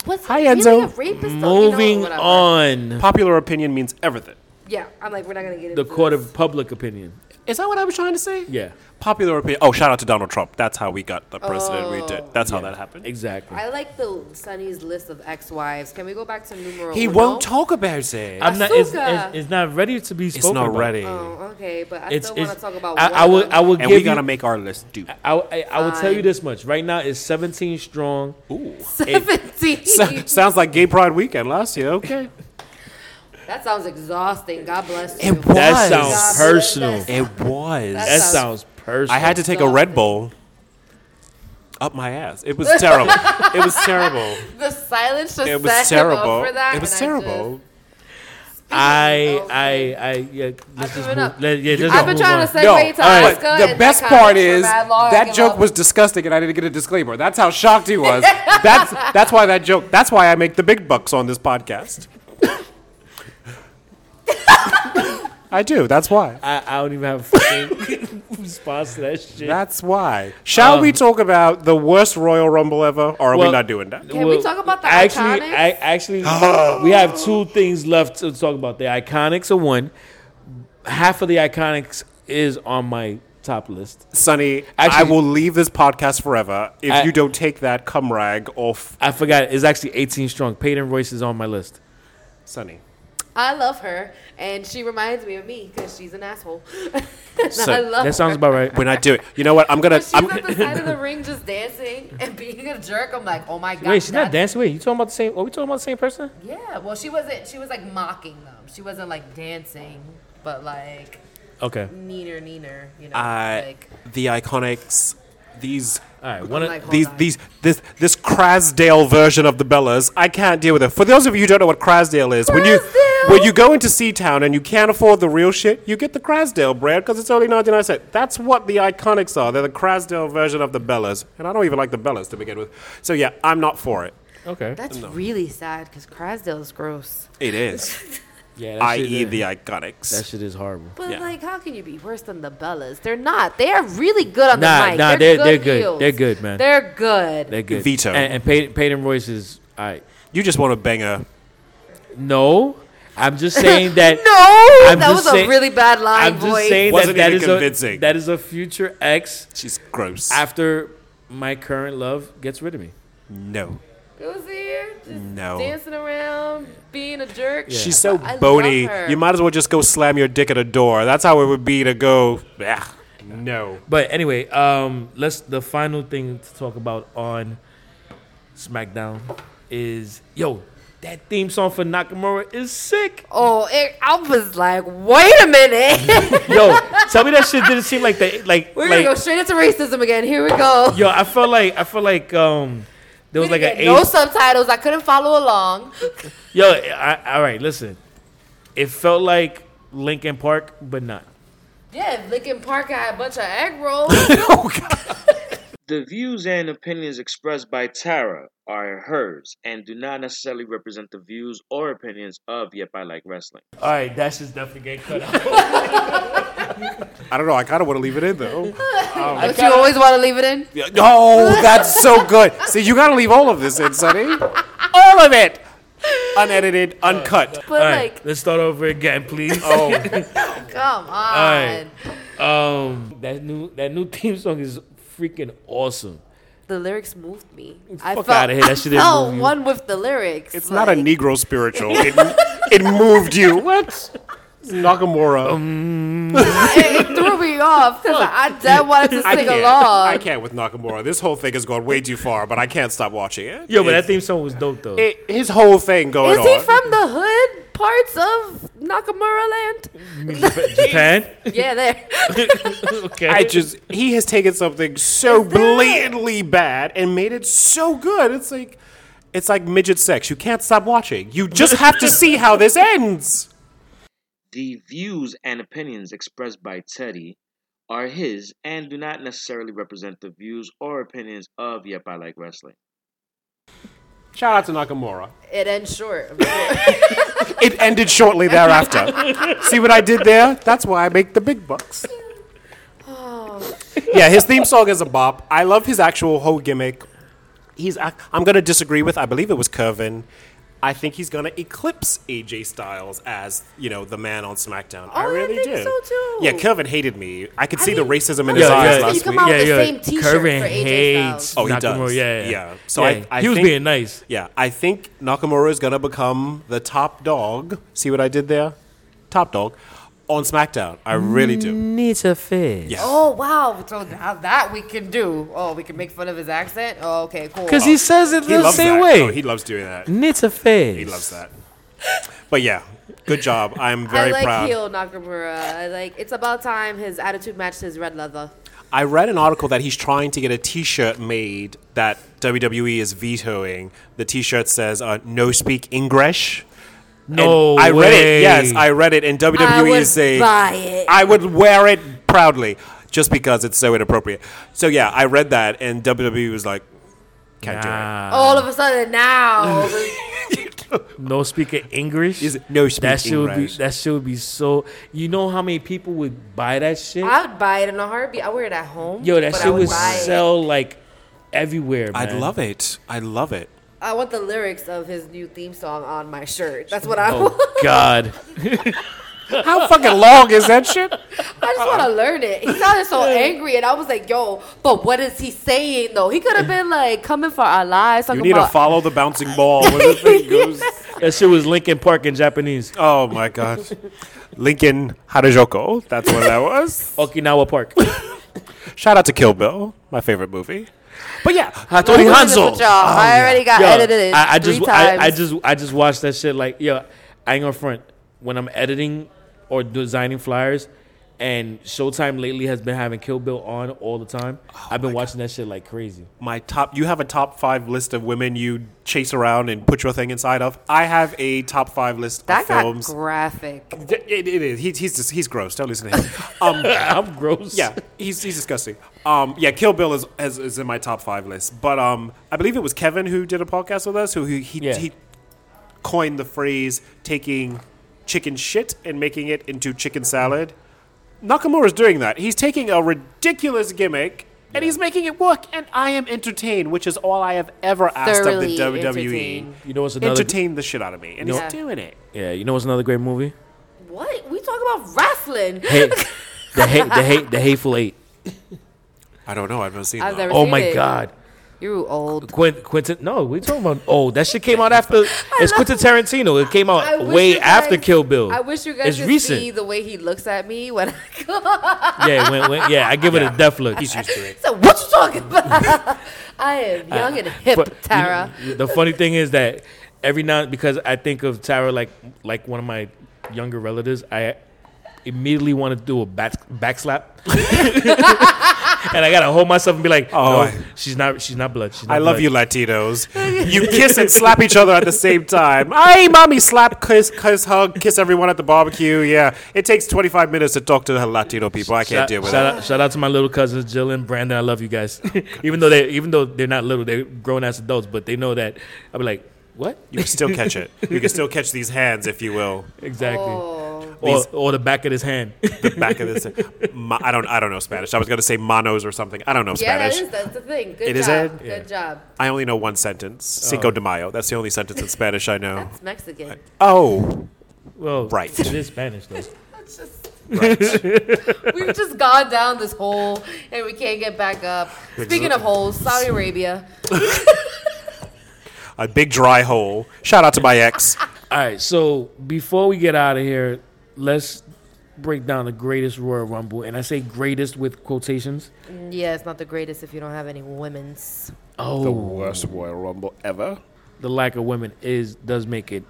was
Hi,
he really
Enzo.
a rapist? though? You know what,
Moving
whatever.
on,
Popular opinion means everything.
Yeah, I'm like we're not gonna get into
the court
this.
of public opinion.
Is that what I was trying to say?
Yeah,
Popular opinion. Oh, shout out to Donald Trump. That's how we got the president we did. That's
Oh,
how that happened.
exactly.
I like the Sunny's list of ex-wives. Can we go back to numero?
He
uno?
won't talk about it.
I'm not. It's,
Asuka.
it's, it's not ready to be
it's
spoken.
not
about.
ready.
Oh, okay, but I
It's.
still
it's
want to talk about.
I,
one
I
of
would.
them.
I would
and
give
we gotta
you.
make our list do.
I, I, I will tell you
Fine.
this much. Right now, it's 17 strong.
Ooh.
Seventeen.
sounds like Gay Pride weekend last year. Okay.
That sounds exhausting. God bless you.
It was.
That
Guys.
sounds personal.
That
It was.
That
sounds-
sounds personal.
I had to take a Red Bull up my ass. It was terrible. it was terrible.
The silence just
It was
set him up
terrible.
for that.
It was
and I just-
terrible.
I. I. I. Yeah.
Oh, I've
Let's just
given
move.
up.
Let, yeah, let's
I've
just
been
move
trying
on.
to segue to
all right.
Asuka.
But the
and
best
that kinda
part
took
is
mad long. I
that
give
joke
up.
was disgusting, and I didn't get a disclaimer. That's how shocked he was. that's that's why that joke. That's why I make the big bucks on this podcast. I do. That's why.
I, I don't even have a fucking response to that shit.
That's why. Shall we talk about the worst Royal Rumble ever, or are we
Um, well-
not doing that?
Can we talk about the
actually,
Iconics?
I, actually, we have two things left to talk about. The Iconics are one. Half of the Iconics is on my top list.
Sonny, I
Actually-
will leave this podcast forever if
I-
you don't take that cum rag off
I forgot. It's actually 18 strong. Peyton Royce is on my list.
Sonny.
I love her, and she reminds me of me because she's an asshole. And
So,
I love
That sounds
her.
about right.
We're not doing You know what? I'm going
When
to.
she's
I'm,
at the side of the ring just dancing and being a jerk. I'm like, oh my god.
Wait, she's not
that's-
dancing. Wait, you talking about the same? Are we talking about the same person?
Yeah, well, she wasn't. She was like mocking them. She wasn't like dancing, but like
Okay.
neener, neener. You know,
I-
like
uh, the iconics, these.
All right. One of,
Like- Hold
these,
on.
these, this, this Crasdale version of the Bellas, I can't deal with it. For those of you who don't know what Crasdale is, when you
Crasdale!
when you go into Seatown and you can't afford the real shit, you get the Crasdale bread because it's only ninety nine cents. That's what the Iconics are. They're the Crasdale version of the Bellas, and I don't even like the Bellas to begin with. So yeah, I'm not for it.
okay.
that's really sad because Crasdale is gross.
It is,
Yeah. That shit,
i.e.,
is-
the Iconics.
that shit is horrible.
But
Yeah.
like, how can you be worse than the Bellas? They're not. They are really good on
Nah,
the mic.
nah,
they're,
they're-
good
they're good.
heels.
They're good, man.
They're good.
They're good.
Veto.
And, and Peyton, Peyton Royce is. All right.
you just want to bang a.
No, I'm just saying that.
no,
I'm
that
just
was
saying-
a really bad line
I'm
voice.
just saying
Wasn't
that that
even
is a
convincing.
that is a future ex
She's gross.
after my current love gets rid of me.
no.
It was here, just
No.
dancing around, being a jerk.
She's so
I love
bony.
her.
You might as well just go slam your dick at a door. That's how it would be to go. "Ah, No.
But anyway, um, let's the final thing to talk about on SmackDown is yo that theme song for Nakamura is sick.
Oh, it, I was like, wait a minute.
Yo, tell me that shit didn't seem like that. Like,
We're
like
gonna go straight into racism again. Here we go.
yo, I felt like I felt like um there was
We
like
didn't
an
get no
eight-
subtitles. I couldn't follow along.
yo. I, all right, listen, it felt like Linkin Park, but not.
Yeah, if Lincoln Park had a bunch of egg rolls. Oh,
The views and opinions expressed by Tara are hers and do not necessarily represent the views or opinions of Yep I Like Wrestling.
All right, that shit's definitely getting cut out.
I don't know. I kind of want to leave it in though.
but you always want to leave it in.
Yeah, No, that's so good. See, you got to leave all of this in, Sonny. All of it. Unedited, uncut.
But
All right,
like,
let's start over again, please.
Oh,
come on.
right. Um, that new that new theme song is freaking awesome.
The lyrics moved me. I
Fuck
felt,
outta here, that shit
I
didn't
felt
move you.
one with the lyrics.
it's not a
like-
Negro spiritual. It, it moved you. What? Nakamura.
Um,
it, it threw me off because I, I dead wanted to
I
sing
can't.
along.
I can't with Nakamura. This whole thing has gone way too far, but I can't stop watching it.
Yo, but that
It's-
theme song was dope though.
it- his whole thing going
Is he
on.
from the hood parts of Nakamura land?
Japan.
yeah, there.
okay.
I just he has taken something so blatantly bad and made it so good. It's like it's like midget sex. You can't stop watching. You just have to see how this ends.
The views and opinions expressed by Teddy are his and do not necessarily represent the views or opinions of Yep I Like Wrestling.
Shout out to Nakamura.
It ends short.
It ended shortly thereafter. see what I did there? That's why I make the big bucks.
Oh.
yeah, his theme song is a bop. I love his actual whole gimmick. He's I, I'm going to disagree with I believe it was Curvin. I think he's going to eclipse AJ Styles as, you know, the man on SmackDown. I
Oh, I
really
think
do.
so, too.
Yeah, Curvin hated me. I could
I
see the
mean,
racism in
I
his
mean,
eyes
you
last
come
week.
out with the same t-shirt for AJ Styles.
Oh, he does.
Yeah, yeah.
Yeah. So I- I
he was
think-
being nice.
Yeah, I think Nakamura is going to become the top dog. See what I did there? Top dog on SmackDown. I really do.
Needs a fish.
Yeah.
Oh wow! So now that we can do. Oh, we can make fun of his accent. Oh, okay, cool.
Because he says it
He
the
loves
same
that.
way.
Oh, he loves doing that.
Needs a fish.
He loves that. But yeah, good job. I'm very
I like
proud.
heel Nakamura. I like. It's about time his attitude matched his red leather.
I read an article that he's trying to get a T-shirt made that WWE is vetoing. The T-shirt says uh, "No speak English."
No
and I read it.
way.
Yes, I read it, and WWE
I would
is saying,
buy it.
"I would wear it proudly," just because it's so inappropriate. So yeah, I read that, and WWE was like, "Can't
Nah.
All of a sudden now,
No speaking English.
Is it- no speak
that shit would be
English.
that shit would be so. You know how many people would buy that shit?
I would buy it in a heartbeat. I wear it at home.
Yo, that
but I
shit would
buy it.
sell like everywhere.
do it." I'd
man.
love it. I love it.
I want the lyrics of his new theme song on my shirt. That's what I want.
Oh God.
How fucking long is that shit?
I just want to learn it. He sounded so angry, and I was like, "Yo, but what is he saying though? He could have been like coming for our lives.
You
talking
need to
about,
follow the bouncing ball when the thing goes.
That shit was Linkin Park in Japanese.
Oh my god. Lincoln Harajoko. That's what that was.
Okinawa Park.
Shout out to Kill Bill, my favorite movie. But yeah, Hattori
Don't listen
Hanzo.
to y'all. I already got
Oh, Yo,
edited it
I, I
three
just
times.
I, I just I just watched that shit like yo, I ain't gonna front. When I'm editing or designing flyers and Showtime lately has been having Kill Bill on all the time.
Oh
I've been watching that shit like crazy.
My top you have a top five list of women you chase around and put your thing inside of. I have a top five list
that
of
got
films.
graphic.
It- it is. He, he's just, he's gross. Don't listen to him. Um,
I'm gross.
Yeah, he's he's disgusting. Um, yeah, Kill Bill is, is is in my top five list, but um, I believe it was Kevin who did a podcast with us who he he,
Yeah.
he coined the phrase taking chicken shit and making it into chicken salad. Nakamura's doing that. He's taking a ridiculous gimmick. And he's making it work, and I am entertained, which is all I have ever asked
Thoroughly
of the WWE.
entertained.
You know what's another
Entertain the shit out of me, and
No.
he's doing it.
Yeah, you know what's another great movie?
What we talking about wrestling?
Hate the hate the hate the hateful eight.
I don't know. I've never seen
I've
that.
never
Oh
seen
my
it.
god.
You're old.
Quint, Quentin, no, we talking about. Oh, that shit came out after. It's Quentin Tarantino. It came
I
out
wish
uh, way
you guys-
after Kill Bill.
I wish you guys
It's
could
recent.
see the way he looks at me when I
yeah, when, when, yeah. I give it a death look.
He's used to it.
So what you talking about? I am young and hip,
Uh, But, you know,
Tara.
the funny thing is that every now because I think of Tara like like one of my younger relatives, I immediately want to do a back back slap. and I gotta hold myself and be like,
Oh,
"No,
I-
she's not. She's not blood. She's not
I love
blood."
you, Latinos. You kiss and slap each other at the same time. Hey, mommy, slap, kiss, kiss, hug, kiss everyone at the barbecue. Yeah, it takes 25 minutes to talk to the Latino people. I can't
Shout,
deal with
shout
it.
out, shout out to my little cousins, Jill and Brandon. I love you guys. even though they, even though they're not little, they're grown ass adults, but they know that. I'll be like, what?
You can still catch it. You can still catch these hands, if you will,
Exactly.
Oh,
Or,
These-
or the back of his hand.
the back of this. Ma- I don't. I don't know Spanish. I was going to say manos or something. I don't know
yeah, that
Spanish.
is that's the thing. Good
It
job.
is Ed?
Good job.
I only know one sentence.
Oh.
Cinco de Mayo. That's the only sentence in Spanish I know.
It's Mexican.
Oh,
well,
Right.
It is Spanish though.
It's just- We've just gone down this hole and we can't get back up. Speaking of holes, Saudi Arabia.
a big dry hole. Shout out to my ex.
All right, so before we get out of here, let's break down the greatest Royal Rumble, and I say greatest with quotations.
Yeah, it's not the greatest if you don't have any women's.
Oh,
worst Royal Rumble ever.
the lack of women is does make it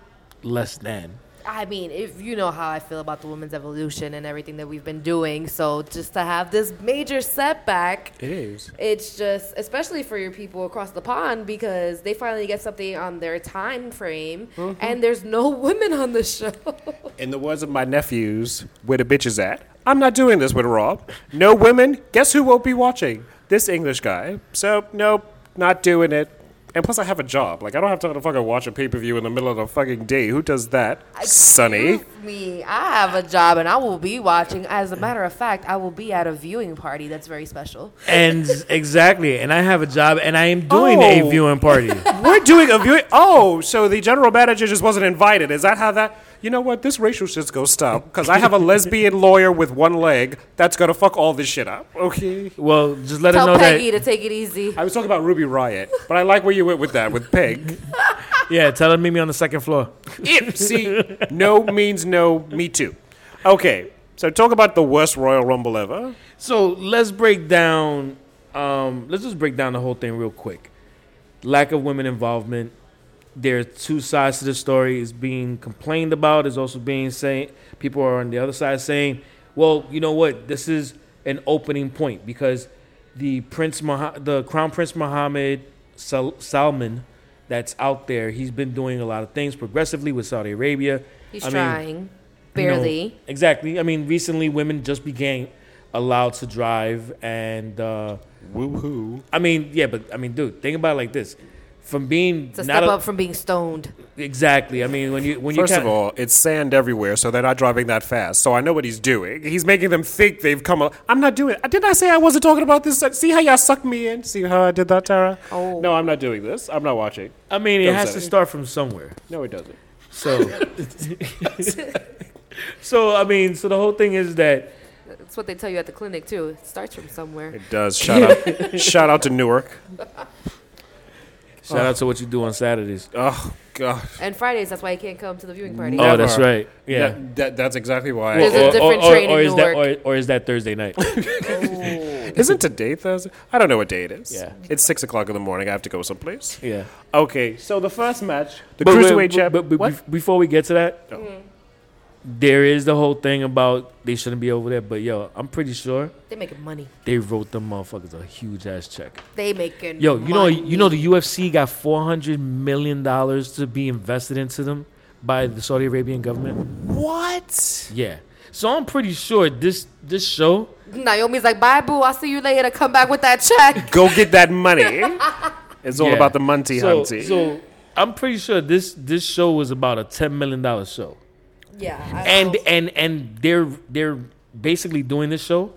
less than.
I mean, if you know how I feel about the women's evolution and everything that we've been doing, so just to have this major setback,
It is.
it's just especially for your people across the pond because they finally get something on their time frame, and there's no women on the show.
In the words of my nephews, where the bitch is at, I'm not doing this with Rob. No women. Guess who won't be watching? This English guy. So nope, not doing it. And plus, I have a job. Like, I don't have time to fucking watch a pay per view in the middle of the fucking day. Who does that? Sonny.
Excuse me, I have a job and I will be watching. As a matter of fact, I will be at a viewing party that's very special.
And exactly, and I have a job, and I am doing
Oh.
a viewing party.
We're doing a viewing. Oh, so the general manager just wasn't invited. Is that how that? You know what? This racial shit's gonna stop because I have a lesbian lawyer with one leg that's gonna fuck all this shit up. Okay.
well, just let her
Tell
know
Peggy
that.
to take it easy.
I was talking about Ruby Riot, but I like where you went with that with Peg.
Yeah, tell her to meet me on the second floor.
If see, no means no. Me too. Okay. So talk about the worst Royal Rumble ever.
So let's break down. Um, let's just break down the whole thing real quick. Lack of women involvement. There are two sides to the story. Is being complained about. Is also being saying people are on the other side saying, "Well, you know what? This is an opening point because the Prince, Moha- the Crown Prince Mohammed Sal- Salman, that's out there. He's been doing a lot of things progressively with Saudi Arabia.
He's
I mean,
trying,
you know,
barely.
exactly. I mean, recently women just became allowed to drive, and uh,
Woohoo!
I mean, yeah, but I mean, dude, think about it like this: from being
It's a
not
step
a-
up from being stoned.
exactly. I mean, when you when
First
you
of all, it's sand everywhere, so they're not driving that fast. So I know what he's doing. He's making them think they've come. Al- I'm not doing. Did I say I wasn't talking about this? See how y'all sucked me in? See how I did that, Tara?
Oh.
No, I'm not doing this. I'm not watching.
I mean, it
Don't
has
say
to
it.
start from somewhere.
No, it doesn't.
So, so I mean, so the whole thing is that
That's what they tell you at the clinic too. It starts from somewhere.
It does. Shout out. shout out to Newark.
shout out to what you do on Saturdays.
Oh God.
And Fridays, that's why you can't come to the viewing party.
Oh,
Never.
that's right. Yeah.
That, that, that's exactly why.
There's a
Or- or-
different
or-
train
or
in
is that or, or is that Thursday night?
Isn't today Thursday? I don't know what day it is.
Yeah.
It's six o'clock in the morning. I have to go someplace.
yeah.
Okay. So the first match, the
But- but-
cruiserweight
but-
champ.
But, but
What?
bef- before we get to that,
Oh.
there is the whole thing about they shouldn't be over there. But yo, I'm pretty sure
They making money.
they wrote them motherfuckers a huge ass check.
They making
Yo, you know,
money.
you know, the UFC got 400 million dollars to be invested into them by the Saudi Arabian government.
what?
Yeah. So I'm pretty sure this this show
Naomi's like, bye boo, I'll see you later. Come back with that check.
Go get that money. It's all
Yeah.
about the Monty
so,
Hunty.
so I'm pretty sure this this show was about a 10 million dollar show.
Yeah. I
and
know.
and and they're they're basically doing this show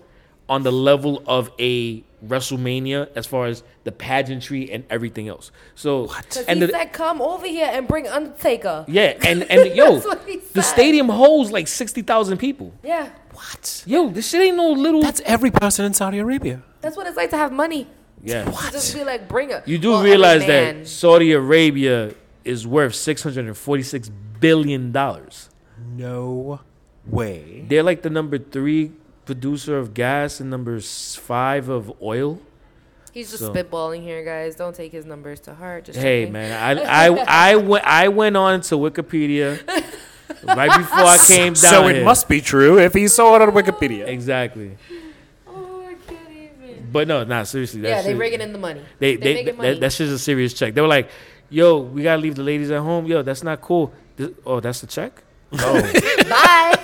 on the level of a WrestleMania as far as the pageantry and everything else. So
'Cause
and
he
the,
said, come over here and bring Undertaker.
yeah, and and yo,
That's what he
the
said.
stadium holds like sixty thousand people.
Yeah.
what?
Yo, this shit ain't no little.
every person in Saudi Arabia.
That's what it's like to have money.
Yeah.
To just be like, bring it.
You do
Well, I mean,
realize
man,
that Saudi Arabia is worth six hundred and forty-six billion dollars.
No way.
They're like the number three producer of gas and number s- five of oil.
he's just
so-
spitballing here, guys. Don't take his numbers to heart. Just
Hey
checking.
man, I I I went I went on to Wikipedia right before I came down.
So it
here.
must be true if he saw it on Wikipedia.
exactly.
Oh, I can't even.
But no, nah, seriously. That
Yeah, they
shit-
bringing in the money.
They
They're
they,
making
that, that's just a serious check. They were like, "Yo, we gotta leave the ladies at home. Yo, that's not cool. This- oh, that's the check. Oh,
Bye.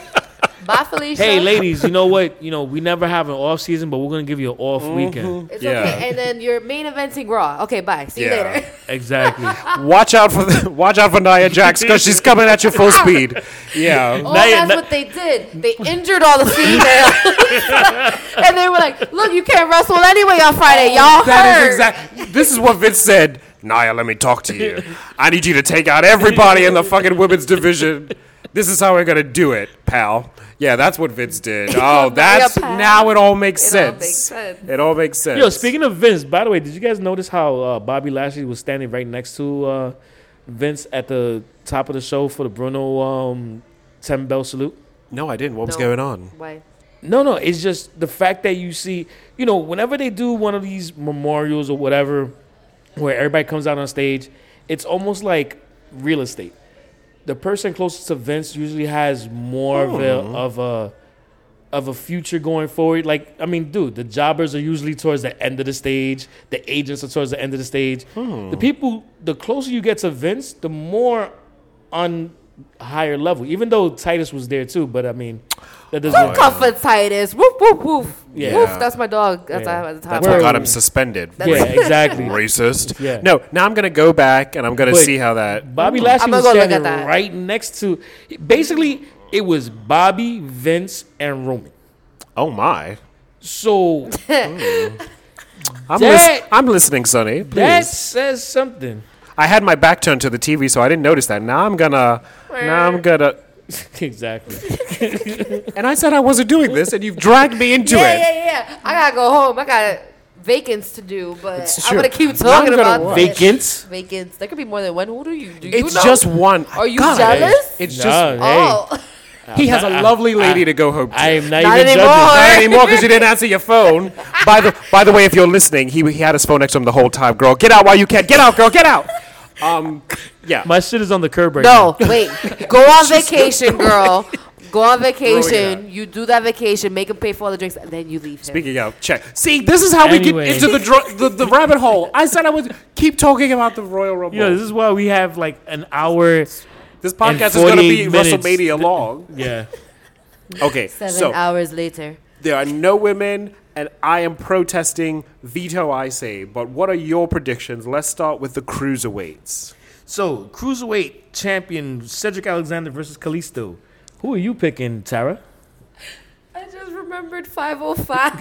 Bye, Felicia.
hey, ladies, you know what? You know we never have an off season, but we're gonna give you an off
Mm-hmm.
weekend.
It's
Yeah.
okay. And then your main eventing Raw. Okay, bye. See you
Yeah.
later.
Exactly.
Watch out for the, watch out for Nia Jax because she's coming at you full speed. Yeah.
Oh,
Now you-
that's
now-
what they did. They injured all the females. and they were like, look, you can't wrestle anyway on Friday. Y'all
Oh, That
hurt.
is exact. This is what Vince said. Naya, let me talk to you. I need you to take out everybody in the fucking women's division. This is how we're gonna do it, pal. Yeah, that's what Vince did. Oh, that's
pal.
now it all makes
It all
sense.
makes sense.
It all makes sense.
Yo, speaking of Vince, by the way, did you guys notice how uh, Bobby Lashley was standing right next to uh, Vince at the top of the show for the Bruno um, ten bell salute?
no, I didn't. What was
No.
going on?
Why?
No, no, it's just the fact that you see, you know, whenever they do one of these memorials or whatever, where everybody comes out on stage, it's almost like real estate. The person closest to Vince usually has more of a of a of a future going forward. Like, I mean, dude, the jobbers are usually towards the end of the stage. The agents are towards the end of the stage. The people, the closer you get to Vince, the more on higher level. Even though Titus was there too, but I mean, that doesn't.
Don't come for Titus. Woof, woof, woof.
Yeah.
Woof, that's my dog. That's
Yeah.
I have at the
That's
time.
Where-
what got him suspended.
Yeah, exactly.
Racist.
Yeah.
No, now I'm gonna go back and I'm gonna
But-
see how that.
Bobby
I'm
Lashley
gonna
was
go look at
standing
that.
right next to. Basically, it was Bobby, Vince, and Roman.
Oh my.
So
I'm,
That-
lis- I'm listening, Sonny. Please.
that says something.
I had my back turned to the TV, so I didn't notice that. Now I'm gonna. Now I'm gonna.
exactly.
And I said I wasn't doing this, and you've dragged me into
yeah,
it.
yeah, yeah. I gotta go home. I got vacants to do, but
It's
I'm
true.
gonna keep
I'm
talking
gonna
about
watch.
this.
Vacant.
Vacants. There could be more than one. Who do you do?
It's
you know?
just one.
Are you
God,
jealous?
It's
Nah,
just
hey,
Oh,
he has a lovely lady to go home to.
I am not,
Not
even
anymore.
judging.
Not anymore because you didn't answer your phone. By the by the way, if you're listening, he he had his phone next to him the whole time. Girl, get out while you can. Get out, girl. Get out. Um, yeah.
My shit is on the curb right now.
no, wait. Go on vacation, girl. Go on vacation.
out.
You do that vacation. Make him pay for all the drinks, and then you leave him.
Speaking of, check. See, this is how we
Anyway.
get into the, dr- the the rabbit hole. I said I would keep talking about the Royal Rumble.
You know, this is why we have like an hour.
this podcast is
in
going to be
48 minutes.
WrestleMania long.
Yeah.
Okay,
Seven
so
hours later.
There are no women, and I am protesting veto. I say, but what are your predictions? Let's start with the cruiserweights.
So, cruiserweight champion Cedric Alexander versus Kalisto. Who are you picking, Tara?
I just remembered 505.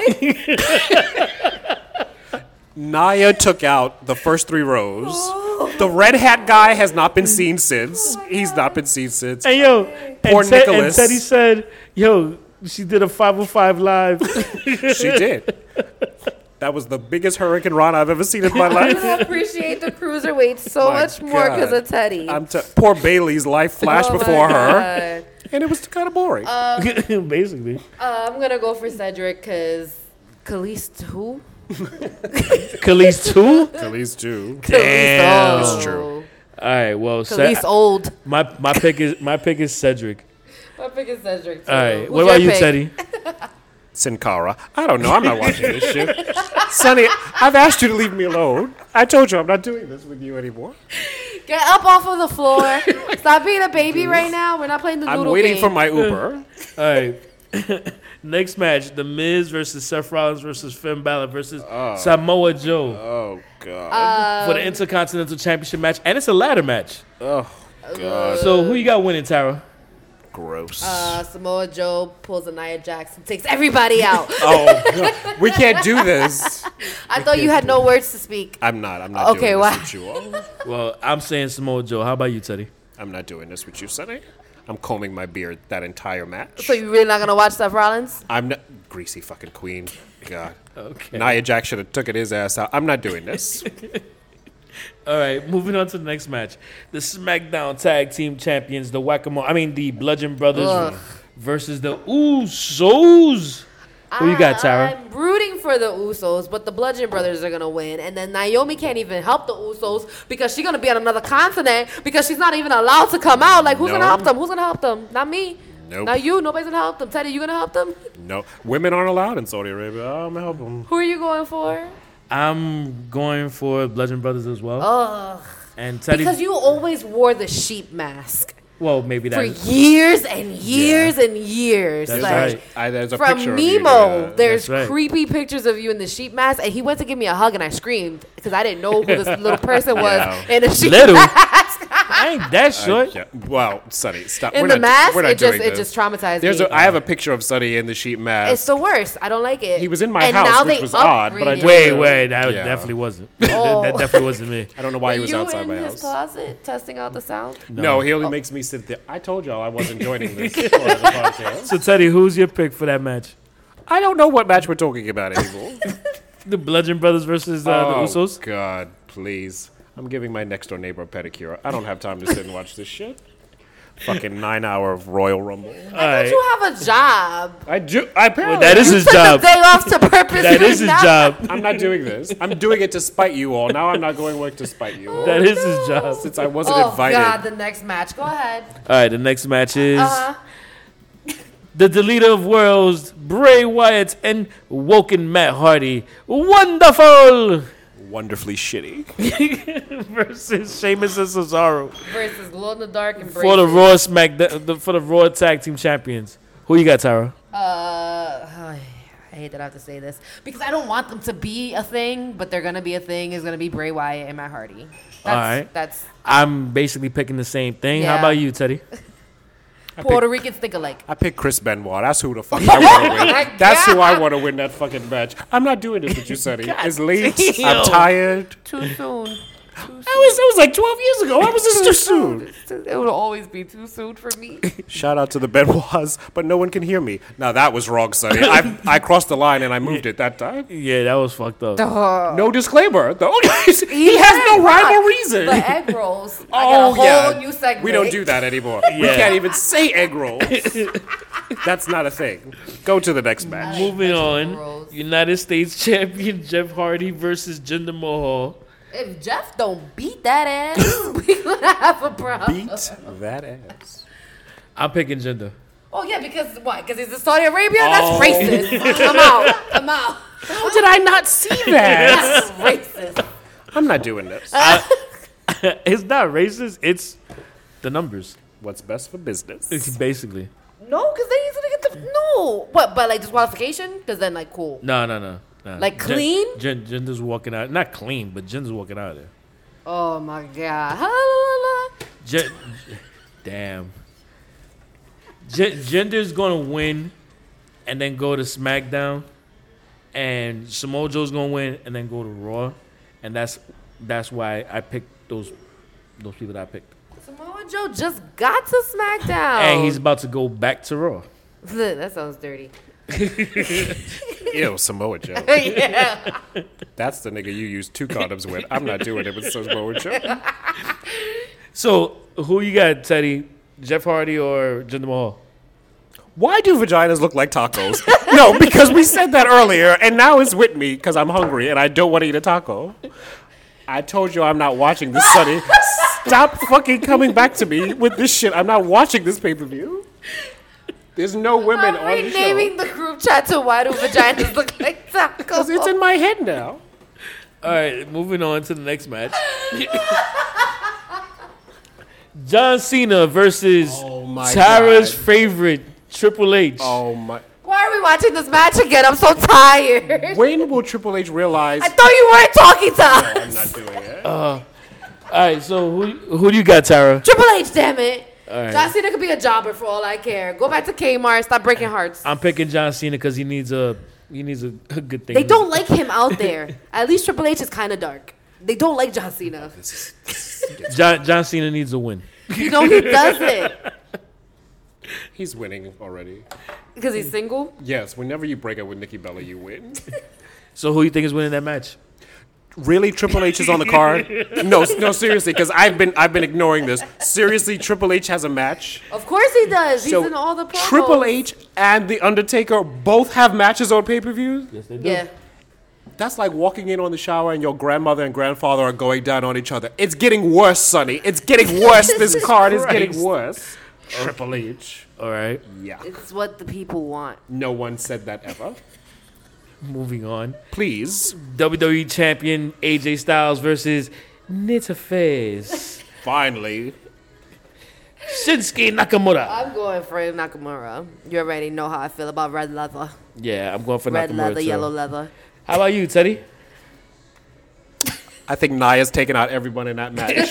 Naya took out the first three rows.
Oh.
The red hat guy has not been seen since. He's not been seen since.
And yo,
Poor
and, Ted- and
Nicholas.
Teddy said, "Yo, she did a 505 live."
She did. That was the biggest Hurricane Ron I've ever seen in my life.
I appreciate the cruiserweight so
My
much more because
God.
of Teddy.
I'm t- poor Bailey's life flashed
Oh my
before her,
God.
and it was kind of boring.
Basically,
Uh, I'm gonna go for Cedric because Khalees who?
Khalees too.
At least two.
Damn.
Khalees
It's true.
All right, well, Ce-
Khalees old.
my my pick is my pick is Cedric.
My pick is Cedric. Too.
All right,
Who's
what about
your
you,
pick?
Teddy?
Sin Cara. I don't know. I'm not watching this shit. Sonny, I've asked you to leave me alone. I told you I'm not doing this with you anymore.
Get up off of the floor. Stop being a baby right now. We're not playing the
Oh I'm
noodle
waiting
game.
for my Uber.
All right. Next match: The Miz versus Seth Rollins versus Finn Balor versus Samoa Joe
Oh, God.
for the Intercontinental Championship match, and it's a ladder match.
Uh,
Oh,
So who you got winning, Tara?
Gross.
Uh, Samoa Joe pulls a Nia Jackson, takes everybody out.
oh, God. we can't do this.
I thought you had no words to speak.
I'm not. I'm not
Okay,
doing
wow.
this with you all.
Well, I'm saying Samoa Joe. How about you, Teddy?
I'm not doing this with you, Sonny. I'm combing my beard that entire match.
So you really not gonna watch Seth Rollins?
I'm not greasy fucking queen. God.
Okay.
Nia Jack should have took it his ass out. I'm not doing this.
All right, moving on to the next match. The SmackDown Tag Team Champions, the Whack-A-Mole, I mean the Bludgeon Brothers
Ugh.
versus the Usos. Who you got, Tara?
I'm rooting for the Usos, but the Bludgeon Brothers are gonna win, and then Naomi can't even help the Usos because she's gonna be on another continent because she's not even allowed to come out. Like, who's gonna
No.
help them? Who's gonna help them? Not me.
Nope.
Not you. Nobody's gonna help them. Teddy, you gonna help them?
no, women aren't allowed in Saudi Arabia. I'm helping.
Who are you going for?
I'm going for Bludgeon Brothers as well.
Ugh.
and Teddy.
Because you always wore the sheep mask
well, maybe
for
that. is-
years and years and years.
That's
like,
right.
I, there's a
from
picture of you,
Nemo,
yeah.
there's
That's right.
creepy pictures of you in the sheep mask, and he went to give me a hug, and I screamed because I didn't know who this little person was
Yeah.
in the sheep
Little?
mask.
I ain't that
I-
short.
yeah. Wow, Sonny, stop.
In
we're
the
not,
mask,
we're not
it just-
doing
it
this.
just traumatized
There's
me.
A, I have a picture of Sonny in the sheet mask.
it's the worst. I don't like it.
He was in my house, which was odd, but I
upgraded
just-
Wait, wait, that
Yeah.
definitely wasn't.
Oh.
that definitely wasn't me.
I don't know why
Were
he was
you
outside
in
my
his
house.
closet testing out the sound?
No, oh. he only makes me sit there. I told y'all I wasn't joining this. part of the podcast.
So Teddy, who's your pick for that match?
I don't know what match we're talking about anymore.
The Bludgeon Brothers versus uh,
oh,
the Usos.
God, please. I'm giving my next door neighbor a pedicure. I don't have time to sit and watch this shit. Fucking nine hour of Royal Rumble.
All right,
You have a job.
I do. I apparently.
that is
You
his
took
job.
a day off to purpose.
That is his
yourself.
job.
I'm not doing this. I'm doing it to spite you all. Now I'm not going to work to spite you all.
That is his job.
Since I wasn't
Oh
invited.
God! The next match. Go ahead.
All right, the next match is
Uh-huh.
the deleter of worlds, Bray Wyatt and Woken Matt Hardy. Wonderful
Wonderfully shitty.
versus Sheamus and Cesaro
Versus glow in the dark and
for the Raw Smack the, the, for the Raw Tag Team Champions. Who you got, Tara?
Uh, I hate that I have to say this because I don't want them to be a thing, but they're gonna be a thing. Is gonna be Bray Wyatt and Matt Hardy. That's,
Alright.
That's
I'm basically picking the same thing. How
Yeah.
about you, Teddy?
Puerto Ricans think alike.
I picked Chris Benoit. That's who the fuck I want to
my
win. That's who I
God.
want to win that fucking match. I'm not doing this with you, Sonny. It's late. I'm tired.
Too soon.
That was, that was like 12 years ago. Why was this too soon?
It would always be too soon for me.
Shout out to the Benoits, but no one can hear me. Now that was wrong, Sonny. I, I crossed the line and I moved it that time.
Yeah, that was fucked up.
Uh,
No disclaimer, though. he has no rhyme or reason. Oh,
The egg rolls. I got a whole new segment.
We don't do that anymore. We
Yeah.
can't even say egg rolls. That's not a thing. Go to the next match.
Moving on,
Rules.
United States Champion Jeff Hardy versus Jinder Mahal.
If Jeff don't beat that ass, we gonna have a problem.
Beat that ass.
I'm picking Jinder.
Oh yeah, because why? Because he's in Saudi Arabia.
Oh.
That's racist. I'm out. I'm out.
How did I not see that?
That's racist.
I'm not doing this.
it's not racist. It's the numbers,
What's best for
It's
business?
basically.
No, because then he's gonna get the no. What? But like disqualification? Because then like cool.
No, no, no. no.
Like
Jin-
clean?
Jin, Jinder's walking out. Not clean, but Jinder's walking out of there.
Oh my god. Ha, la, la, la.
Jin, damn. Jin, Jinder's gonna win, and then go to SmackDown, and Samoa Joe's gonna win, and then go to Raw, and that's that's why I picked those those people that I picked.
Samoa Joe just got to SmackDown.
And he's about to go back to Raw.
that sounds dirty.
Ew, Samoa Joe.
yeah.
That's the nigga you used two condoms with. I'm not doing it with Samoa Joe.
So who you got, Teddy? Jeff Hardy or Jinder Mahal?
Why do vaginas look like tacos? no, because we said that earlier, and now it's with me because I'm hungry and I don't want to eat a taco. I told you I'm not watching this, Sonny. Stop fucking coming back to me with this shit. I'm not watching this pay per view. There's no women
I'm
on the show.
renaming the group chat to Why Do Vaginas Look Like Tacos?
Because it's in my head now.
All right, moving on to the next match. John Cena versus
Oh my
Tara's
God.
favorite Triple H.
Oh my.
Why are we watching this match again? I'm so tired.
When will Triple H realize
I thought you weren't talking to us.
I'm not doing it?
All right, so who who do you got, Tara?
Triple H, damn it.
right.
John Cena could be a jobber for all I care. Go back to Kmart. Stop breaking hearts.
I'm picking John Cena because he needs a he needs a, a good thing.
They don't like him out there. At least Triple H is kind of dark. They don't like John Cena.
John John Cena needs a win.
You know he doesn't.
He's winning already.
Because he's single.
Yes, whenever you break up with Nikki Bella, you win.
So who you think is winning that match?
really, Triple H is on the card? No, s- no, seriously, because I've been I've been ignoring this. Seriously, Triple H has a match.
Of course he does. He's in all the promos.
Triple H and the Undertaker both have matches on pay per view.
Yeah.
That's like walking in on the shower and your grandmother and grandfather are going down on each other. It's getting worse, Sonny. It's getting worse. this card is getting
Christ.
worse. Triple H.
All right,
Yeah.
It's what the people want.
No one said that ever.
moving on.
Please.
WWE Champion AJ Styles versus Nita Fez.
Finally.
Shinsuke Nakamura.
I'm going for Nakamura. You already know how I feel about red leather.
Yeah, I'm going for
Red
Nakamura
leather,
too.
yellow leather.
How about you, Teddy?
I think Naya's taking out everyone in that match.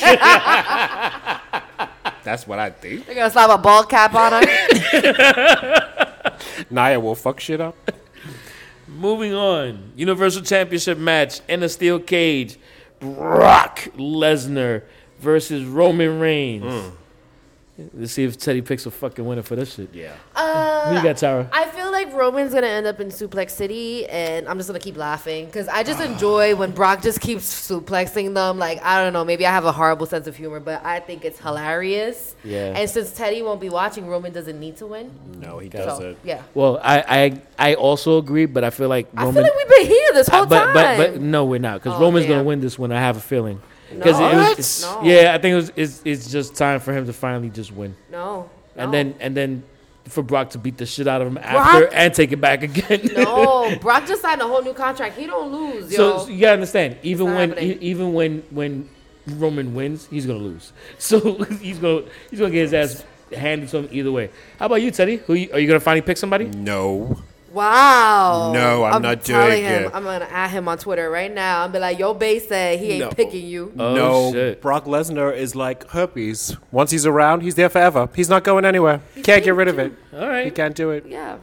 That's what I think.
They're gonna slap a bald cap on her.
Naya will fuck shit up.
Moving on. Universal Championship match in a steel cage. Brock Lesnar versus Roman Reigns. Let's see if Teddy picks a fucking winner for this shit. Yeah. Who you got, Tara?
Uh, I feel like Roman's gonna end up in Suplex City, and I'm just gonna keep laughing because I just enjoy when Brock just keeps suplexing them. Like I don't know, maybe I have a horrible sense of humor, but I think it's hilarious.
Yeah.
And since Teddy won't be watching, Roman doesn't need to win.
No, he
so yeah.
Well, I, I I also agree, but I feel like
I
Roman. Uh,
feel like we've been here this whole
but, but
time.
but no, we're not because
Oh,
Roman's gonna
damn.
win this one. I have a feeling.
No.
it was-
What?
it's-
No.
Yeah, I think it was, it's it's just time for him to finally just win,
no, no.
and then and then for Brock to beat the shit out of him after and take it back again.
no, Brock just signed a whole new contract. He don't lose, yo.
so, so you gotta understand, even
not
when
happening.
e- even when when Roman wins, he's gonna lose. So he's gonna he's gonna get his ass handed to him either way. How about you, Teddy? Who you, are you gonna finally pick somebody?
Mm. No.
Wow.
No, I'm not doing
telling him,
it.
I'm gonna add him on Twitter right now and be like, "Yo, Bay said he ain't
No.
picking you."
Oh,
no.
shit.
Brock Lesnar is like herpes. Once he's around, he's there forever. He's not going anywhere. Can't get rid of it.
All
He
right.
can't do it.
yeah,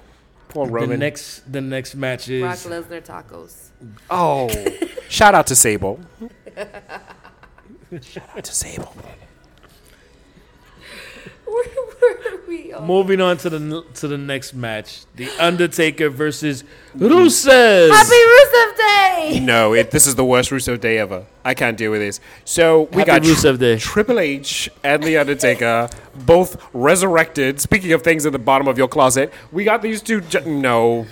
Poor
The
Roman.
next the next match is
Brock Lesnar tacos.
oh. Shout out to Sable. Shout out to Sable.
Where were we? on?
Moving on to the to the next match, The Undertaker versus Rusev.
Happy Rusev Day!
No, it, this is the worst Russo day ever. I can't deal with this. So we
Happy
got tr-
Rusev Day.
Triple H and The Undertaker, both resurrected. Speaking of things at the bottom of your closet, we got these two. Ju- no,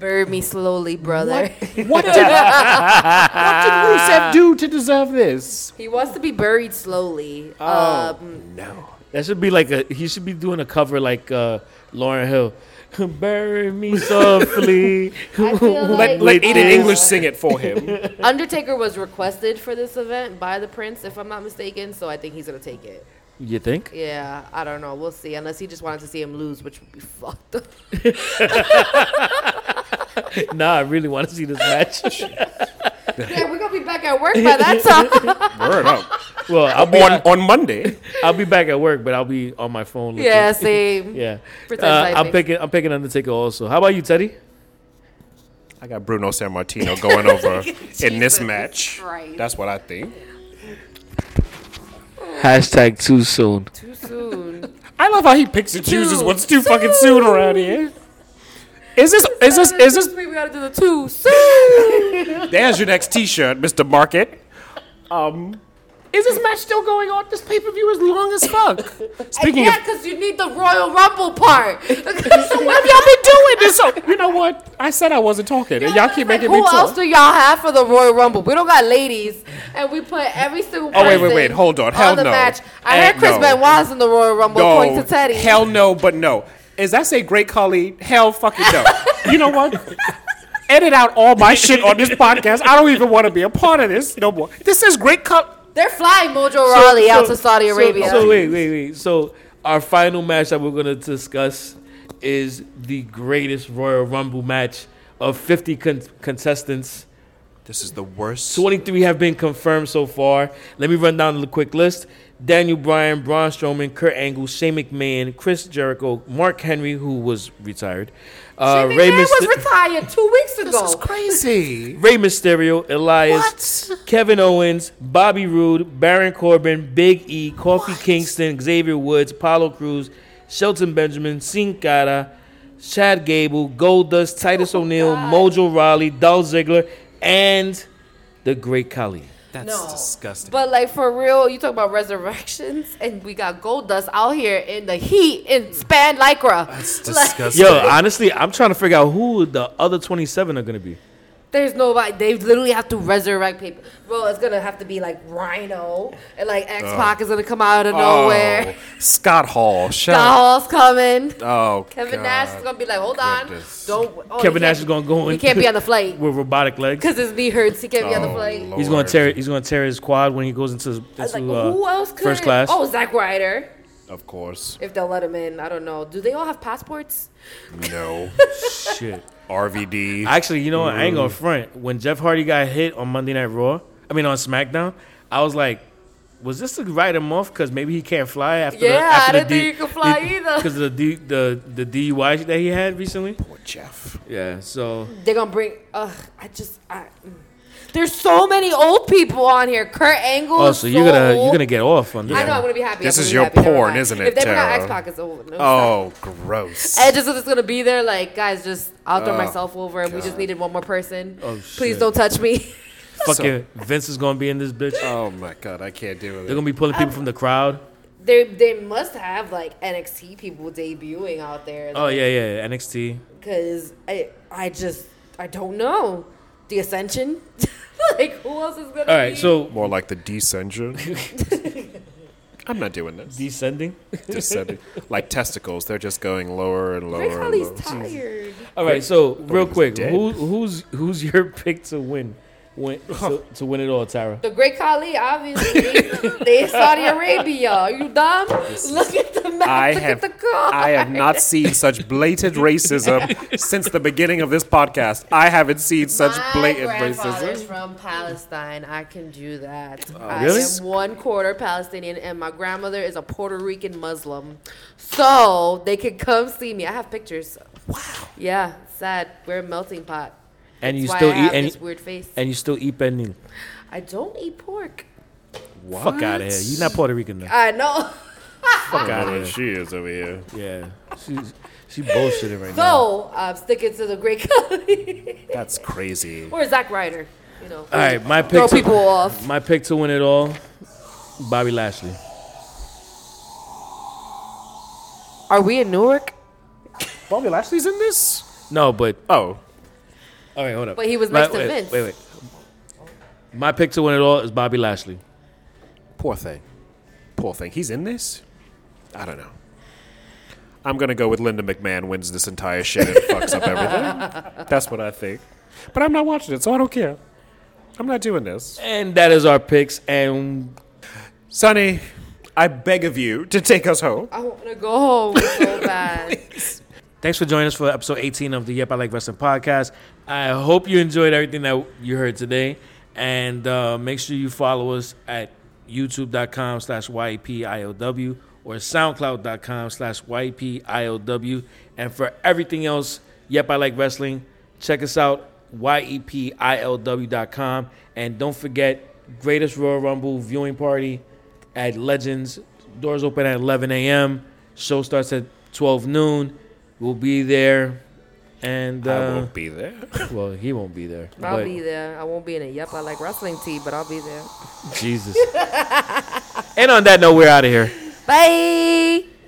Burn me slowly, brother.
what did, what did
Ah.
Rusev do to deserve this? Oh,
He wants to be buried slowly.
Oh.
Um,
No,
That should be like a he should be doing a cover like uh, Lauren Hill. Bury me softly.
I feel
let,
like
let Aiden
uh,
English sing it for him.
Undertaker was requested for this event by the Prince, if I'm not mistaken. So I think he's gonna take it.
you think?
Yeah, I don't know. We'll see. Unless he just wanted to see him lose, which would be fucked up.
Nah, I really want to see this match.
yeah, we're gonna be back at work by that time.
Word up.
well, I'll be
On on Monday,
I'll be back at work, but I'll be on my phone. looking.
yeah, same.
yeah.
Pretend
Uh, I'm
typing.
picking I'm picking Undertaker also. How about you, Teddy?
I got Bruno San Martino going over in this
Jesus
match.
Christ.
That's what I think.
Hashtag too soon.
Too soon.
I love how he picks and chooses what's too fucking soon around here. Is this is this is this
We gotta do the too soon.
there's your next t-shirt, Mr. Market. Um is this match still going on? This pay-per-view is long as fuck. Speaking
yeah,
of
because you need the Royal Rumble part.
what have y'all been doing this so you know what? I said I wasn't talking. and y'all keep
Like,
making
who
me
else
talk.
do y'all have for the Royal Rumble? We don't got ladies, and we put every single.
Oh, wait, wait,
person
wait, hold on. Hell
the
no.
Match. I
Eh,
heard Chris
no.
Benoit's in the Royal Rumble. according to Teddy.
Hell no, but no. Is that say great colleague? Hell fucking no. you know what? Edit out all my shit on this podcast. I don't even want to be a part of this no more. This is great colleague.
They're flying Mojo Rawley out to Saudi
so-
Arabia.
So, wait, wait, wait. So our final match that we're gonna discuss is the greatest Royal Rumble match of 50 con- contestants.
This is the worst.
23 have been confirmed so far. Let me run down the quick list. Daniel Bryan, Braun Strowman, Kurt Angle, Shane McMahon, Chris Jericho, Mark Henry, who was retired, uh,
Jimmy
Rey,
Man
Myster-
was retired two weeks ago.
This is crazy.
Rey Mysterio, Elias, Kevin Owens, Bobby Roode, Baron Corbin, Big E, Kofi Kingston, Xavier Woods, Apollo Cruz, Shelton Benjamin, Sin Cara, Chad Gable, Goldust,
Oh
Titus O'Neil, Mojo Rawley, Dolph Ziggler, and the Great Khali.
That's
No.
disgusting.
But like for real, you talk about resurrections, and we got gold dust out here in the heat in span lycra.
That's
Like,
disgusting.
Yo, honestly, I'm trying to figure out who the other 27 are gonna be.
there's nobody. They literally have to resurrect people. Bro, it's gonna have to be like Rhino, and like X Pac is gonna come out of nowhere.
Oh, Scott Hall. Shut
Scott
up.
Hall's coming.
Oh,
Kevin
God.
Nash is gonna be like, hold
Goodness.
on, don't. oh, he
Kevin
can't-
Nash is gonna go in.
He can't be on the flight
with robotic legs.
because his knee hurts. He can't be on the
Oh,
flight.
Lord.
He's gonna tear. He's gonna tear his quad when he goes into,
I was
into,
like,
uh,
who else could?
first class.
Oh, Zack Ryder.
Of course.
If they'll let him in, I don't know. Do they all have passports?
No.
shit.
RVD.
Actually, you know what? I ain't gonna front. When Jeff Hardy got hit on Monday Night Raw, I mean on SmackDown, I was like, was this to write him off because maybe he can't fly after the
Yeah, I
after
didn't think he could fly either.
because of the, D, the the DUI that he had recently.
Poor Jeff.
Yeah, so
They're gonna bring. Ugh, I just. I, mm. there's so many old people on here. Kurt Angle.
oh,
is
so you're gonna
old.
you're gonna get off on this.
I know. I'm
one.
gonna be happy.
This
I'm
is
gonna
your
be happy. Never
porn,
mind.
isn't
If
it,
they bring out
Tara?
X Pac, it's over. No, oh.
Oh, gross.
Edge is just gonna be there, like guys. Just I'll throw
Oh,
myself over, and we just needed one more person.
Oh,
Please
shit.
don't touch me.
Fucking Vince is gonna be in this bitch.
Oh my God, I can't do it.
They're gonna be pulling people from the crowd.
they they must have like NXT people debuting out there.
Oh yeah, yeah, yeah, NXT.
because I I just I don't know the Ascension. like who else is gonna?
All right,
be?
so
More like the descension. I'm not doing this.
descending.
Descending. Like testicles, they're just going lower
Rick
and lower and
Holly's
lower.
tired.
All right, so real
he was
quick,
dead.
who, who's who's your pick to win, win to, to win it all, Tara?
The Great Khali, obviously, they in Saudi Arabia. Are you dumb? Look at the map.
I
look
have,
at the car.
I have not seen such blatant racism since the beginning of this podcast. I haven't seen such blatant
grandfather's
racism. Oh,
from Palestine. I can do that. I
really?
am one quarter Palestinian, and my grandmother is a Puerto Rican Muslim. So they can come see me. I have pictures. Wow. Yeah, sad. We're a melting pot.
And you
That's why
still
I have
eat and
this weird face.
and you still eat penne.
I don't eat pork. Uh,
Fuck out of here! You're not Puerto Rican though.
I know.
Fuck out of here!
She is over here.
Yeah, she's she bullshitting right now.
So I'm sticking Uh, to the great Khali
That's crazy.
or Zack Ryder. You know.
All right, my pick.
Throw
to,
people off.
My pick to win it all, Bobby Lashley.
Are we in Newark?
Bobby Lashley's in this?
No, but
Oh.
all right, hold up.
But he was
My-
next to
wait,
Vince.
Wait, wait. My pick to win it all is Bobby Lashley.
Poor thing. Poor thing. He's in this? I don't know. I'm going to go with Linda McMahon wins this entire shit and fucks up everything. That's what I think. But I'm not watching it, so I don't care. I'm not doing this.
And that is our picks. And
Sonny, I beg of you to take us home.
I want to go home so bad.
Thanks for joining us for episode 18 of the Yep I Like Wrestling podcast. I hope you enjoyed everything that you heard today. And uh, make sure you follow us at youtube.com slash YPIOW or soundcloud.com slash YPIOW. And for everything else, Yep I Like Wrestling, check us out, E YEPILW.com. And don't forget, greatest Royal Rumble viewing party at Legends. Doors open at 11 a.m. Show starts at 12 noon. We'll be there, and
I
uh,
won't be there.
well, he won't be there.
I'll
but-
be there. I won't be in a yep. I like wrestling tee, but I'll be there.
Jesus. and on that note, we're out of here.
Bye.